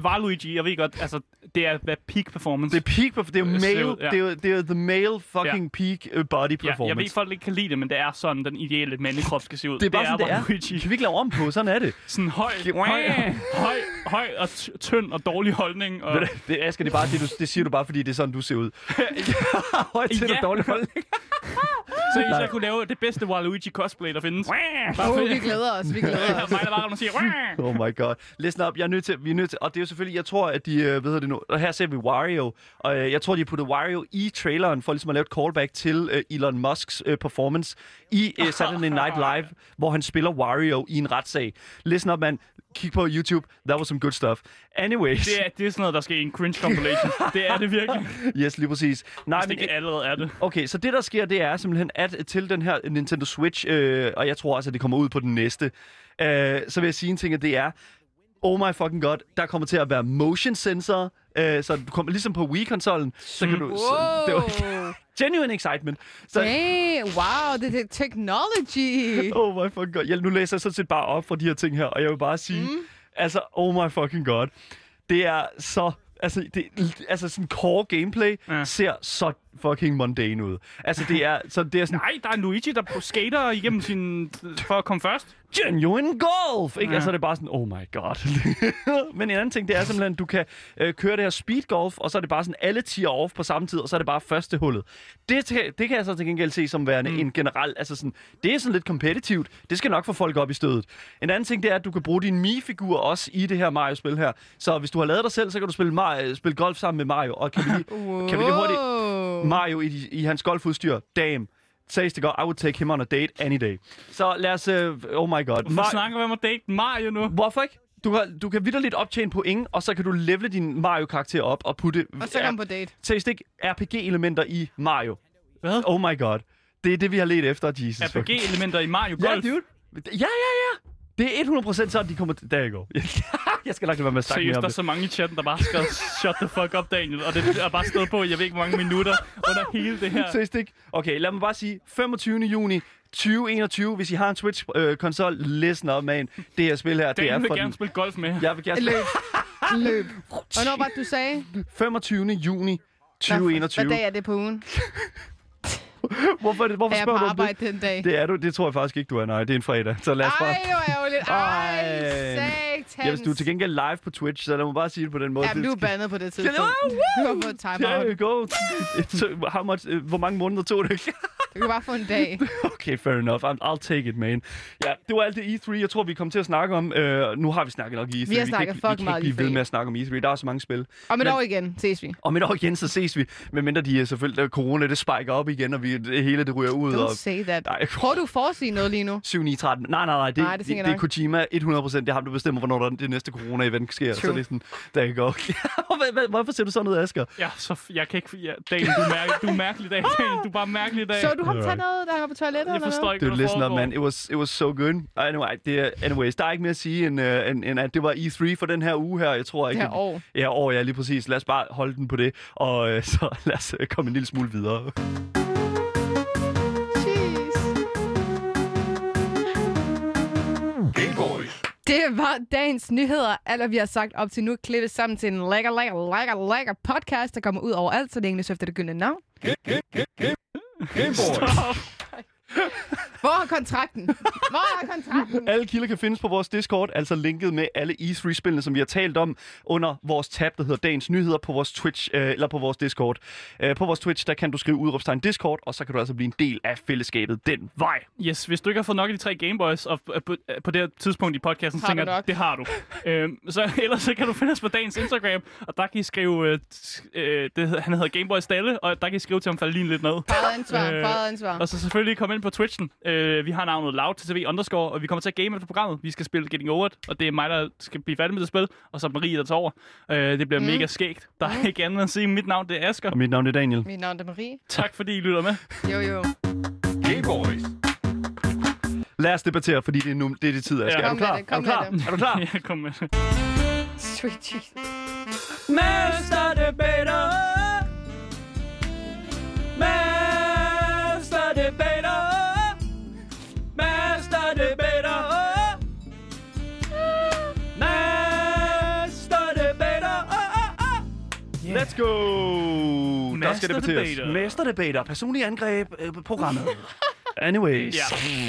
Speaker 4: Valuigi, jeg ved godt, altså, det er hvad peak performance.
Speaker 2: Det er peak, perf- det er jo
Speaker 4: Øh,
Speaker 2: male,
Speaker 4: selv, ja.
Speaker 2: det er, jo- det er jo the male fucking peak øh, body
Speaker 4: ja, jeg ved,
Speaker 2: performance.
Speaker 4: folk ikke kan lide det, men det er sådan, den ideelle mandekrop skal se ud.
Speaker 2: det er bare sådan, det er.
Speaker 4: Waluigi.
Speaker 2: Kan vi ikke lave om på? Sådan er det.
Speaker 4: Sådan høj, høj, høj, høj og t- tynd og dårlig holdning.
Speaker 2: Ved
Speaker 4: Og...
Speaker 2: du, Det, Asger, det, er bare, det, du, det siger du bare, fordi det er sådan, du ser ud. Højt til
Speaker 4: Ja.
Speaker 2: ja. dårlig hold.
Speaker 4: Så hvis jeg kunne lave det bedste Waluigi cosplay, der findes. Bare
Speaker 3: Oh,
Speaker 4: fordi-
Speaker 3: vi glæder os, vi glæder
Speaker 4: Der er
Speaker 3: os.
Speaker 4: mig, der bare rammer og siger... "Wah!"
Speaker 2: Oh my god. Listen up, jeg er nødt til, vi er nødt til, og det er jo selvfølgelig, jeg tror, at de, øh, hvad hedder det nu, og her ser vi Wario, og øh, jeg tror, de har puttet Wario i traileren for ligesom at lave et callback til øh, Elon Musks øh, performance i øh, Saturday Night Live, hvor han spiller Wario i en retssag. Listen up, man. Kig på YouTube. That was some good stuff. Anyways.
Speaker 4: Det er, det er sådan noget, der sker i en cringe compilation. Det er det virkelig.
Speaker 2: Yes, lige præcis. Nej,
Speaker 4: Hvis det
Speaker 2: men,
Speaker 4: ikke allerede er det.
Speaker 2: Okay, så det der sker, det er simpelthen, at til den her Nintendo Switch, øh, og jeg tror også, at det kommer ud på den næste, øh, så vil jeg sige en ting, at det er, oh my fucking god, der kommer til at være motion sensor, øh, så du kommer ligesom på Wii-konsollen, så kan du... Så, det var, genuine excitement. Så,
Speaker 3: Hey, wow, det er technology.
Speaker 2: Oh my fucking god. Jeg, nu læser jeg sådan set bare op fra de her ting her, og jeg vil bare sige, mm. altså, oh my fucking god. Det er så... Altså, det, altså sådan core gameplay
Speaker 4: Ja.
Speaker 2: ja. ser så fucking mundane ud. Altså, det er, så det er sådan,
Speaker 4: Nej, der er en Luigi, der skater igennem sin... for at komme først.
Speaker 2: genuine golf! Ikke?
Speaker 4: Ja.
Speaker 2: Ja. Altså, det er bare sådan, oh my god. Men en anden ting, det er simpelthen, at du kan øh, køre det her speed golf, og så er det bare sådan alle tier off på samme tid, og så er det bare første hullet. Det, kan- det kan jeg så til gengæld se som værende mm. en generel, altså sådan, det er sådan lidt kompetitivt. Det skal nok få folk op i stødet. En anden ting, det er, at du kan bruge din Mii-figur også i det her Mario-spil her. Så hvis du har lavet dig selv, så kan du spille, Mario, øh, spille golf sammen med Mario, og kan vi lige, kan vi lige hurtigt...
Speaker 3: Wow.
Speaker 2: Mario i, de- i hans golfudstyr. Damn. Says det godt, I would take him on a date any day. Så lad os... Uh, oh my god.
Speaker 4: Hvorfor snakker vi om at date Mario nu?
Speaker 2: Hvorfor ikke? Du kan, du kan vidderligt optjene point, og så kan du levele din Mario-karakter op og putte...
Speaker 3: Og så kom på date.
Speaker 2: Says ikke RPG-elementer i Mario.
Speaker 4: Hvad?
Speaker 2: Oh my god. Det er det, vi har let efter, Jesus. fucking-
Speaker 4: RPG-elementer i Mario
Speaker 2: Ja,
Speaker 4: Golf.
Speaker 2: dude. Ja, ja, ja. Det er 100% sådan, de kommer... Der jeg går. jeg skal nok lade være med at snakke mere
Speaker 4: Seriøst,
Speaker 2: om
Speaker 4: der er
Speaker 2: det.
Speaker 4: så mange i chatten, der bare skal shut the fuck up, Daniel. Og det er bare stået på, i jeg ved ikke, hvor mange minutter under hele det her.
Speaker 2: Seriøst ikke? Okay, lad mig bare sige, 25. juni 2021, hvis I har en Switch-konsol, listen up, man. Det her spil her, det er
Speaker 4: Daniel vil
Speaker 2: for
Speaker 4: gerne
Speaker 2: den...
Speaker 4: spille golf med.
Speaker 2: Jeg vil gerne spille
Speaker 3: Løb. Hvornår var det, du sagde?
Speaker 2: 25. juni
Speaker 3: Hvad- Hvad
Speaker 2: 2021.
Speaker 3: dag er det på ugen?
Speaker 2: Hvorfor, er det- hvorfor
Speaker 3: Er jeg på
Speaker 2: spørger du om
Speaker 3: arbejde
Speaker 2: det?
Speaker 3: den dag?
Speaker 2: Det er du, det tror jeg faktisk ikke, du er. Nej, det er en fredag, så lad os bare...
Speaker 3: Ej, hvor ærgerligt. Ej,
Speaker 2: Ej.
Speaker 3: satans.
Speaker 2: Ja, hvis du er til gengæld live på Twitch, så lad mig bare sige det på den måde.
Speaker 3: Jamen,
Speaker 2: Det
Speaker 3: du er
Speaker 2: skal-
Speaker 3: bandet på det tidspunkt.
Speaker 2: Ja,
Speaker 3: Du har fået timeout.
Speaker 2: There you go. Så, How much, øh, hvor mange måneder tog det?
Speaker 1: Du kan bare få en dag.
Speaker 2: Okay, fair enough. I'm, I'll take it, man. Ja, det var alt det E3, jeg tror, vi kom til at snakke om. Uh, nu har vi snakket nok E3.
Speaker 1: Vi har snakket
Speaker 2: vi kan, ikke-
Speaker 1: fucking
Speaker 2: vi kan
Speaker 1: meget
Speaker 3: E
Speaker 2: ikke blive ved
Speaker 1: E3.
Speaker 2: med at snakke om E3. Der er så mange spil.
Speaker 1: Om et
Speaker 2: Men-
Speaker 1: år igen ses vi.
Speaker 2: Om et år igen, så ses vi. Medmindre de øh, selvfølgelig, der corona, det spiker op igen, og vi, det hele det ryger ud. og...
Speaker 1: Don't say that.
Speaker 2: Nej,
Speaker 1: Prøver du at foresige noget lige nu?
Speaker 2: 7, 9, 13. Nej, nej, nej. Det,
Speaker 1: Nej,
Speaker 2: nej,
Speaker 1: det
Speaker 2: det,
Speaker 1: tænker
Speaker 2: det,
Speaker 1: jeg
Speaker 2: det er
Speaker 1: nok.
Speaker 2: Kojima 100%. Det er ham, der bestemmer, hvornår der, det næste corona-event sker.
Speaker 1: True.
Speaker 2: Så det er sådan, der går. Hvad- hvad- Hvorfor ser du sådan ud, Asger?
Speaker 4: Ja, så f- jeg kan ikke... Ja, Daniel, du er, mærkelig, du er mærkelig i dag, Daniel. Du er bare mærkelig i dag.
Speaker 1: Så du ham tage noget, der var på toilettet?
Speaker 4: jeg
Speaker 1: eller
Speaker 4: forstår
Speaker 1: noget?
Speaker 4: ikke,
Speaker 2: Dude,
Speaker 4: hvad der
Speaker 2: listen up,
Speaker 4: foregår.
Speaker 2: man. It was, it was so good. Anyway, det er, anyways, der er ikke mere at sige, end, uh, end, end at det var E3 for den her uge her. Jeg tror ikke...
Speaker 1: Det her
Speaker 2: at-
Speaker 1: år.
Speaker 2: Ja, år, ja, lige præcis. Lad os bare holde den på det, og øh, så lad os øh, komme en lille smule videre.
Speaker 1: Det var dagens nyheder. Alt, hvad vi har sagt op til nu, klippet sammen til en lækker, lækker, lækker, lækker podcast, der kommer ud overalt, så længe det søfter det gyldne navn. Hvor er kontrakten? Hvor er kontrakten?
Speaker 2: Alle kilder kan findes på vores Discord, altså linket med alle E3-spillene, som vi har talt om, under vores tab, der hedder Dagens Nyheder, på vores Twitch, øh, eller på vores Discord. Øh, på vores Twitch, der kan du skrive udråbstegn Discord, og så kan du altså blive en del af fællesskabet den vej.
Speaker 4: Yes, hvis du ikke har fået nok af de tre Gameboys, og øh, på, øh, på det her tidspunkt i podcasten, så
Speaker 1: Har du
Speaker 4: tænker jeg,
Speaker 1: nok?
Speaker 4: det har du. øhm, så ellers så kan du finde os på dagens Instagram, og der kan I skrive, øh, t- øh, det, hedder- han hedder Gameboy Stalle, og der kan I skrive til ham, falde lige lidt ned.
Speaker 1: Eget ansvar,
Speaker 4: Øh,
Speaker 1: eget ansvar.
Speaker 4: Og så selvfølgelig komme ind på Twitchen. Øh, vi har navnet Loud TV underscore, og vi kommer til at game efter programmet. Vi skal spille Getting Over It, og det er mig, der skal blive færdig med det spil, og så er Marie, der tager over. Øh, det bliver mm. mega skægt. Der er ikke andet at sige. Mit navn det er Asger.
Speaker 2: Og mit navn er Daniel.
Speaker 1: Mit navn er Marie.
Speaker 4: Tak fordi I lytter med.
Speaker 1: Jo, jo.
Speaker 2: Lad os debattere, fordi det er, nu, det, er det tid, Asger.
Speaker 4: Ja.
Speaker 2: Er du
Speaker 1: Kom med
Speaker 2: klar?
Speaker 1: det,
Speaker 2: er
Speaker 1: kom
Speaker 2: du
Speaker 1: med
Speaker 2: klar?
Speaker 1: det.
Speaker 2: Er du klar?
Speaker 4: Jeg kom med.
Speaker 1: Sweet Jesus.
Speaker 4: Master Debater! Master Debater! Master Debater!
Speaker 2: Master Debater! Ah, ah, ah. Let's go! Der skal
Speaker 4: Masterdebater.
Speaker 2: debatteres. Masterdebater. Personlige angreb. Øh, programmet. Anyways.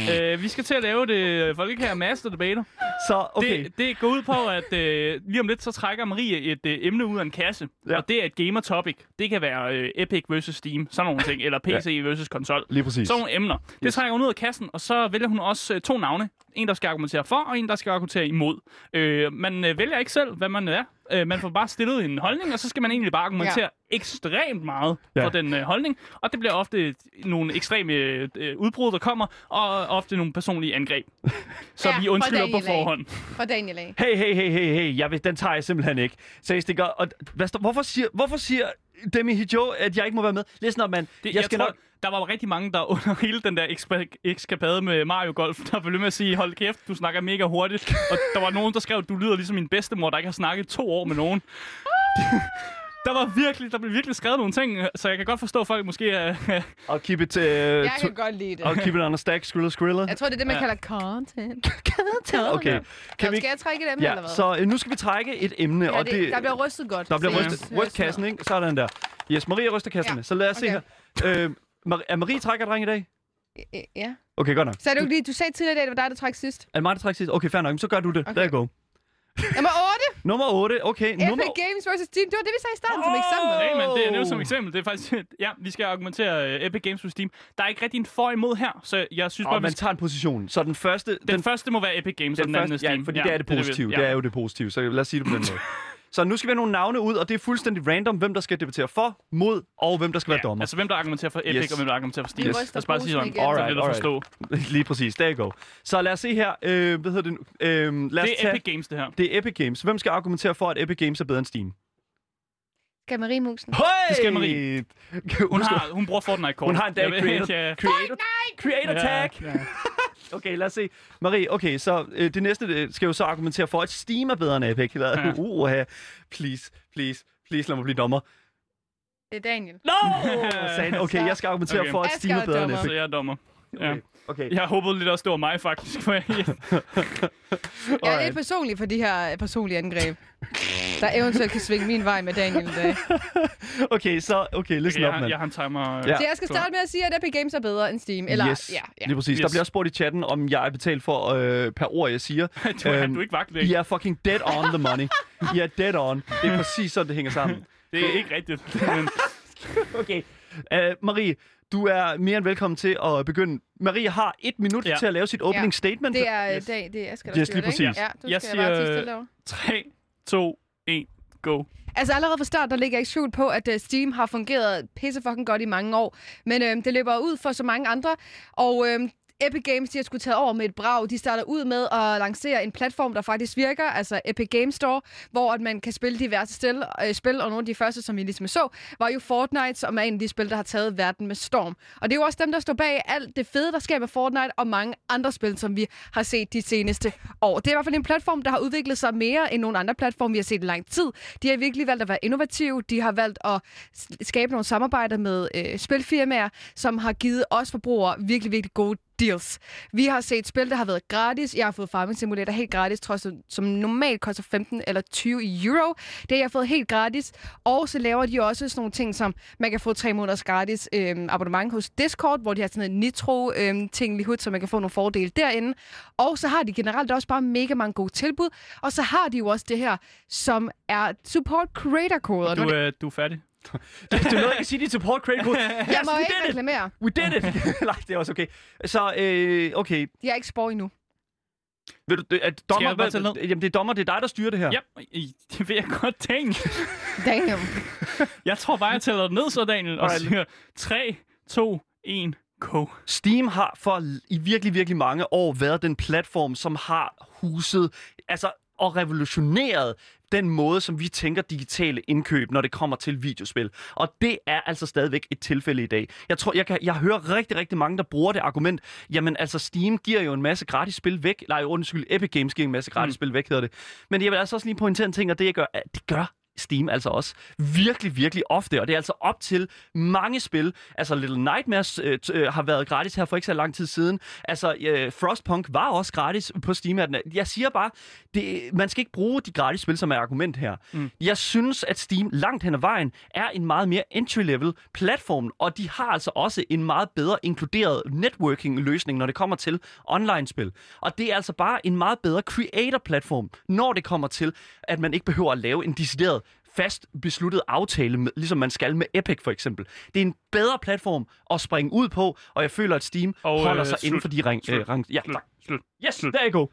Speaker 4: Ja. Øh, vi skal til at lave det øh, folkekære Master Debater.
Speaker 2: Så, okay.
Speaker 4: Det, det går ud på, at øh, lige om lidt, så trækker Marie et øh, emne ud af en kasse.
Speaker 2: Ja.
Speaker 4: Ja. Og det er et gamer topic. Det kan være øh, Epic vs. Steam, sådan nogle ting. Eller PC ja. vs. konsol.
Speaker 2: Lige præcis.
Speaker 4: Sådan nogle emner. Det trækker hun ud af kassen, og så vælger hun også øh, to navne. En, der skal argumentere for, og en, der skal argumentere imod. Øh, man øh, vælger ikke selv, hvad man er. Øh, man får bare stillet en holdning, og så skal man egentlig bare argumentere ja. ekstremt meget ja.
Speaker 2: Ja.
Speaker 4: for den øh, holdning. Og det bliver ofte øh, nogle ekstreme øh, øh, udbrud, der kommer, og øh, ofte nogle personlige angreb. Så
Speaker 1: Ja,
Speaker 4: ja, vi
Speaker 1: fra
Speaker 4: undskylder på
Speaker 1: Daniel af.
Speaker 4: forhånd.
Speaker 1: Fra Daniel af.
Speaker 2: Hey, hey, hey, hey, hey. Jeg ved, den tager jeg simpelthen ikke. Seriøst, det gør... Og, hvad står, hvorfor, siger, hvorfor siger Demi Hijo, at jeg ikke må være med? Listen op, mand.
Speaker 4: Det, jeg, jeg skal tror, nok... der var rigtig mange, der under hele den der ekspa- ekskapade med Mario Golf, der blev ved med at sige, hold kæft, du snakker mega hurtigt. Og der var nogen, der skrev, du lyder ligesom min bedstemor, der ikke har snakket to år med nogen. Der var virkelig, der blev virkelig skrevet nogle ting, så jeg kan godt forstå, at folk måske er...
Speaker 2: Og keep it... Uh, jeg
Speaker 1: Jeg kan godt lide det.
Speaker 2: Og keep it on a stack, skriller, skriller.
Speaker 1: Jeg tror, det er det, man kalder content. content.
Speaker 2: Okay.
Speaker 1: Kan
Speaker 2: Kan vi...
Speaker 1: Skal jeg trække dem, eller
Speaker 2: Ja,
Speaker 1: hvad?
Speaker 2: så øh, nu skal vi trække et emne,
Speaker 1: ja,
Speaker 2: og
Speaker 1: det,
Speaker 2: det...
Speaker 1: der bliver rystet godt.
Speaker 2: Der bliver
Speaker 1: Se,
Speaker 2: rystet,
Speaker 1: øh,
Speaker 2: ryst kassen, ikke? Sådan der. Yes, Maria ryster kasserne.
Speaker 1: Ja,
Speaker 2: Ja. Så lad os
Speaker 1: okay.
Speaker 2: okay. se her. Øh, Mar- er Marie trækker dreng i dag?
Speaker 1: Øh, øh, Ja.
Speaker 2: Okay, godt nok.
Speaker 1: Sagde du ikke lige, du sagde tidligere i dag, at det var dig, der træk sidst.
Speaker 2: Er det mig, der trækker sidst? Okay, fair nok. Jamen, Så gør du det.
Speaker 1: Okay.
Speaker 2: Okay. There you go.
Speaker 1: Nummer 8!
Speaker 2: Nummer 8. Okay, nummer...
Speaker 1: Epic Games vs. Steam. Det var det, vi sagde i starten som eksempel.
Speaker 4: Hey, man, det er nævnt som eksempel. Det er faktisk... Ja, vi skal argumentere øh, Epic Games for Steam. Der er ikke rigtig en for imod her, så jeg synes bare,
Speaker 2: Og
Speaker 4: vi
Speaker 2: man
Speaker 4: skal...
Speaker 2: tager en position. Så den første... Den,
Speaker 4: Den første må være Epic Games, og den anden er
Speaker 2: første-
Speaker 4: Steam.
Speaker 2: Ja, fordi det er det
Speaker 4: vi-
Speaker 2: positive. Det, det, det er jo det positive, så lad os sige det på den måde. Så nu skal vi have nogle navne ud, og det er fuldstændig random, hvem der skal debattere for, mod, og hvem der skal ja, være dommer.
Speaker 4: Altså, hvem der argumenterer for Epic,
Speaker 2: Yes.
Speaker 4: yes. og hvem der argumenterer for Steam.
Speaker 1: Vi
Speaker 4: Yes.
Speaker 1: ryster
Speaker 4: Lad os bare sige
Speaker 1: posen
Speaker 4: sådan,
Speaker 1: igen.
Speaker 4: all right,
Speaker 2: Alright,
Speaker 4: så bliver det forstå.
Speaker 2: Lige præcis, der go. Så lad os se her, øh, hvad hedder det nu? Øh, lad os
Speaker 4: Det er
Speaker 2: tage...
Speaker 4: Epic Games, det her.
Speaker 2: Det er Epic Games. Hvem skal argumentere for, at Epic Games er bedre end Steam?
Speaker 1: Skal Marie Musen?
Speaker 2: Hey!
Speaker 4: Det skal Marie. Hun, har, hun bruger Fortnite-kort.
Speaker 2: hun har en dag
Speaker 4: Jeg ved-
Speaker 2: creator,
Speaker 4: ja.
Speaker 2: creator, creator tag. Okay, lad os se. Marie, okay, så øh, det næste øh, skal jo så argumentere for, at Steam er bedre end Epic. Eller,
Speaker 4: Ja.
Speaker 2: ja. uh, please, please, please lad mig blive dommer.
Speaker 1: Det er Daniel.
Speaker 2: No! Sagde, okay, jeg skal argumentere
Speaker 4: Okay.
Speaker 2: okay. for, at
Speaker 1: Asger
Speaker 2: Steam er bedre end
Speaker 1: er
Speaker 4: Så
Speaker 2: Epic.
Speaker 4: jeg er dommer. Ja.
Speaker 2: Okay, okay.
Speaker 4: Jeg håbede lidt også, det var mig faktisk. for jeg-
Speaker 1: Jeg er lidt
Speaker 2: Alright.
Speaker 1: personlig for de her øh, personlige angreb, der eventuelt kan svinge min vej med Daniel i dag.
Speaker 2: okay, så, okay, listen
Speaker 4: jeg,
Speaker 2: up,
Speaker 4: har-
Speaker 2: mand.
Speaker 4: jeg har en timer.
Speaker 2: Ja.
Speaker 1: Så jeg skal starte med at sige, at Epic Games er bedre end Steam. Eller,
Speaker 2: yes,
Speaker 1: ja, ja.
Speaker 2: lige præcis. Yes. Der
Speaker 4: Yes.
Speaker 2: bliver også spurgt i chatten, om jeg er betalt for øh, per ord, jeg siger. Øhm,
Speaker 4: Du er, du er ikke vagtlæg.
Speaker 2: I er fucking dead on the money. I er dead on. Det er præcis sådan, det hænger sammen.
Speaker 4: Det er ikke rigtigt. Men
Speaker 2: Okay, Uh, Marie, du er mere end velkommen til at begynde. Marie har et minut
Speaker 4: Ja.
Speaker 2: til at lave sit opening
Speaker 3: Ja.
Speaker 2: statement.
Speaker 3: Det
Speaker 1: øh,
Speaker 3: er
Speaker 4: Yes.
Speaker 3: yes. dag, det er skal
Speaker 2: Yes, lige præcis. øh,
Speaker 3: Ja, du
Speaker 4: Jeg
Speaker 3: jeg skal siger... bare
Speaker 4: siger-
Speaker 3: tige stille over.
Speaker 4: 3, 2, 1, go.
Speaker 1: Altså allerede fra start, der ligger ikke skjult på, at øh, Steam har fungeret pissefucking godt i mange år. Men øhm, det løber ud for så mange andre. Og øhm, Epic Games, de har skulle taget over med et brag. De starter ud med at lancere en platform, der faktisk virker, altså Epic Games Store, hvor at man kan spille diverse stil, øh, spil, og nogle af de første, som vi ligesom så, var jo Fortnite, som er en af de spil, der har taget verden med storm. Og det er jo også dem, der står bag alt det fede, der sker med Fortnite, og mange andre spil, som vi har set de seneste år. Det er i hvert fald en platform, der har udviklet sig mere end nogle andre platforme, vi har set i lang tid. De har virkelig valgt at være innovative. De har valgt at s- skabe nogle samarbejder med øh, spilfirmaer, som har givet os forbrugere virkelig, virkelig gode deals. Vi har set spil, der har været gratis. Jeg har fået Farming Simulator helt gratis, trods som normalt koster 15 eller 20 euro. Det har jeg fået helt gratis. Og så laver de også sådan nogle ting, som man kan få tre måneders gratis øhm, abonnement hos Discord, hvor de har sådan noget nitro øhm, ting lige hud, så man kan få nogle fordele derinde. Og så har de generelt også bare mega mange gode tilbud. Og så har de jo også det her, som er support creator koder.
Speaker 4: Du, øh, du er færdig.
Speaker 2: Du nåede ikke at sige dit support crate code. Yes,
Speaker 1: Jeg må
Speaker 2: we
Speaker 1: ikke
Speaker 2: did it!
Speaker 1: reklamere.
Speaker 2: We did it! Nej, det er også okay. Så, øh, okay.
Speaker 1: De er ikke spor endnu.
Speaker 2: Vil du, det- er det dommer,
Speaker 4: jeg bare tage ned?
Speaker 2: Jamen, det er dommer, det er dig, der styrer det her.
Speaker 4: Ja, i- det vil jeg godt tænke.
Speaker 1: Damn.
Speaker 4: Jeg tror bare, jeg tæller det ned så, Daniel, og
Speaker 2: Alright.
Speaker 4: siger 3, 2, 1, go.
Speaker 2: Steam har for i virkelig, virkelig mange år været den platform, som har huset, altså og revolutioneret den måde, som vi tænker digitale indkøb, når det kommer til videospil. Og det er altså stadigvæk et tilfælde i dag. Jeg tror, jeg, kan, jeg hører rigtig, rigtig mange, der bruger det argument, jamen altså Steam giver jo en masse gratis spil væk, nej, undskyld, Epic Games giver en masse gratis mm. spil væk, hedder det. Men jeg vil altså også lige pointere en ting, og det jeg gør, at det gør Steam altså også virkelig, virkelig ofte, og det er altså op til mange spil. Altså Little Nightmares øh, t- øh, har været gratis her for ikke så lang tid siden. Altså øh, Frostpunk var også gratis på Steam. Er den- Jeg siger bare, det, man skal ikke bruge de gratis spil som er argument her. Mm. Jeg synes, at Steam langt hen ad vejen er en meget mere entry-level platform, og de har altså også en meget bedre inkluderet networking-løsning, når det kommer til online-spil. Og det er altså bare en meget bedre creator-platform, når det kommer til, at man ikke behøver at lave en decideret fast besluttet aftale, med, ligesom man skal med Epic for eksempel. Det er en bedre platform at springe ud på, og jeg føler, at Steam og,
Speaker 4: Og,
Speaker 2: holder
Speaker 4: øh,
Speaker 2: sig
Speaker 4: slut.
Speaker 2: inden for de rang...
Speaker 4: Slut.
Speaker 2: øh, rang ja,
Speaker 4: Slut.
Speaker 2: tak.
Speaker 4: Slut.
Speaker 2: Yes,
Speaker 4: Slut.
Speaker 2: there you go.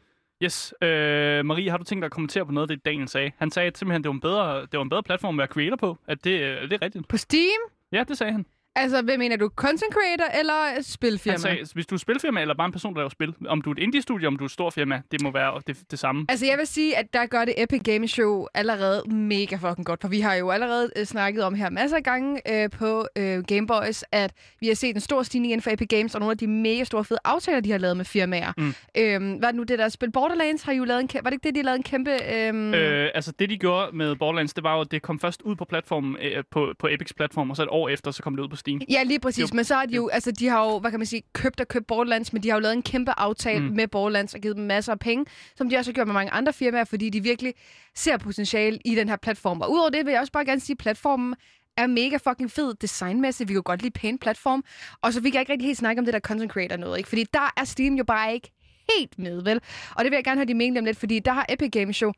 Speaker 4: Yes. Øh, Marie, har du tænkt dig at kommentere på noget af det, Daniel sagde? Han sagde at simpelthen, at det var en bedre, det var en bedre platform at være creator på. At det, øh, det er rigtigt.
Speaker 1: På Steam?
Speaker 4: Ja, det sagde han.
Speaker 1: Altså, hvem mener du? Content creator eller
Speaker 4: Han
Speaker 1: spilfirma?
Speaker 4: sagde, hvis du er spilfirma eller bare en person, der laver spil. Om du er et indie-studie, om du er et stort firma, det må være det, det samme.
Speaker 1: Altså, jeg vil sige, at der gør det Epic Games Show allerede mega fucking godt, for vi har jo allerede øh, snakket om her masser af gange øh, på øh, Gameboys, at vi har set en stor stigning inden for Epic Games, og nogle af de mega store fede aftaler, de har lavet med firmaer. Mm. Øhm, hvad er det nu det der spil? Borderlands har jo lavet en kæmpe... Var det ikke det, de lavede en kæmpe... Øhm, øh.
Speaker 4: Øh, altså det de gjorde med Borderlands, det var jo, at det kom først ud på platformen, øh, på, på Epics platform, og så et år efter, så kom det ud på Steam.
Speaker 1: Ja, lige præcis.
Speaker 4: Jo.
Speaker 1: Jo. Men så har de jo, altså de har jo, hvad kan man sige, købt og købt Borderlands, men de har jo lavet en kæmpe aftale mm. med Borderlands og givet dem masser af penge, som de også har gjort med mange andre firmaer, fordi de virkelig ser potentiale i den her platform. Og udover det vil jeg også bare gerne sige, at platformen er mega fucking fed designmæssigt. Vi kan jo godt lide pæn platform. Og så fik jeg ikke rigtig helt snakke om det der content creator noget, ikke? Fordi der er Steam jo bare ikke helt med, vel? Og det vil jeg gerne have din mening om lidt, fordi der har Epic Games Show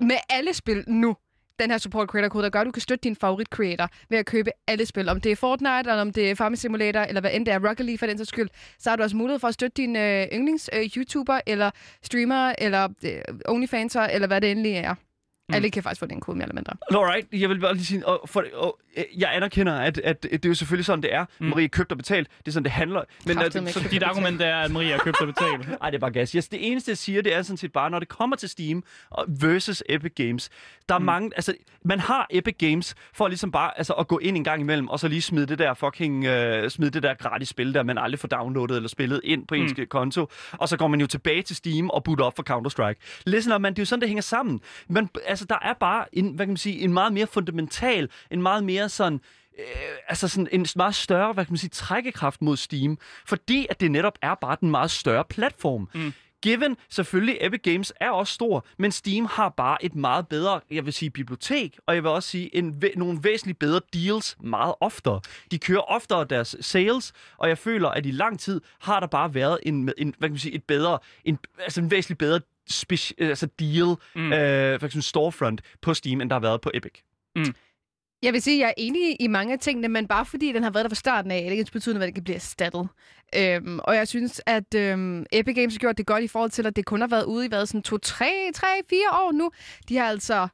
Speaker 1: med alle spil nu den her support creator kode, der gør, at du kan støtte din favorit creator ved at købe alle spil. Om det er Fortnite, eller om det er Farming Simulator, eller hvad end det er, Rocket League for den sags skyld, så har du også mulighed for at støtte din øh, yndlings øh, YouTuber, eller streamer, eller øh, OnlyFanser, eller hvad det endelig er. Mm. Alle kan faktisk få den kode, mere eller mindre.
Speaker 2: Alright, jeg vil bare lige sige, og for, og, øh, jeg anerkender, at, at det er jo selvfølgelig sådan, det er. Mm. Marie købt og betalt, det er sådan, det handler. Men at,
Speaker 1: Kraftedeme
Speaker 2: så,
Speaker 1: ikke.
Speaker 4: Dit argument er, at Marie har købt og betalt.
Speaker 2: ej, det er bare gas. Yes, det eneste, jeg siger, det er sådan set bare, når det kommer til Steam og versus Epic Games. Der er mm. mange, altså, man har Epic Games for ligesom bare altså, at gå ind en gang imellem, og så lige smide det der fucking, øh, smide det der gratis spil, der man aldrig får downloadet eller spillet ind på ens konto. Og så går man jo tilbage til Steam og booter op for Counter-Strike. Listen up, man, det er jo sådan, det hænger sammen. Men altså, der er bare en, hvad kan man sige, en meget mere fundamental, en meget mere sådan, øh, altså sådan en meget større, hvad kan man sige, trækkekraft mod Steam, fordi at det netop er bare den meget større platform. Mm. Given, selvfølgelig, Epic Games er også stor, men Steam har bare et meget bedre, jeg vil sige, bibliotek, og jeg vil også sige, en, væ- nogle væsentligt bedre deals meget oftere. De kører oftere deres sales, og jeg føler, at i lang tid har der bare været en, en hvad kan man sige, et bedre, en, altså en væsentligt bedre speci- altså deal, mm. øh, for eksempel storefront på Steam, end der har været på Epic.
Speaker 1: Jeg vil sige, at jeg er enig i mange af tingene, men bare fordi den har været der fra starten af, er det ikke ens betydende, at den kan blive erstattet. Øhm, og jeg synes, at øhm, Epic Games har gjort det godt i forhold til, at det kun har været ude i hvad, sådan 2, 3, 3, 4 år nu. De har altså,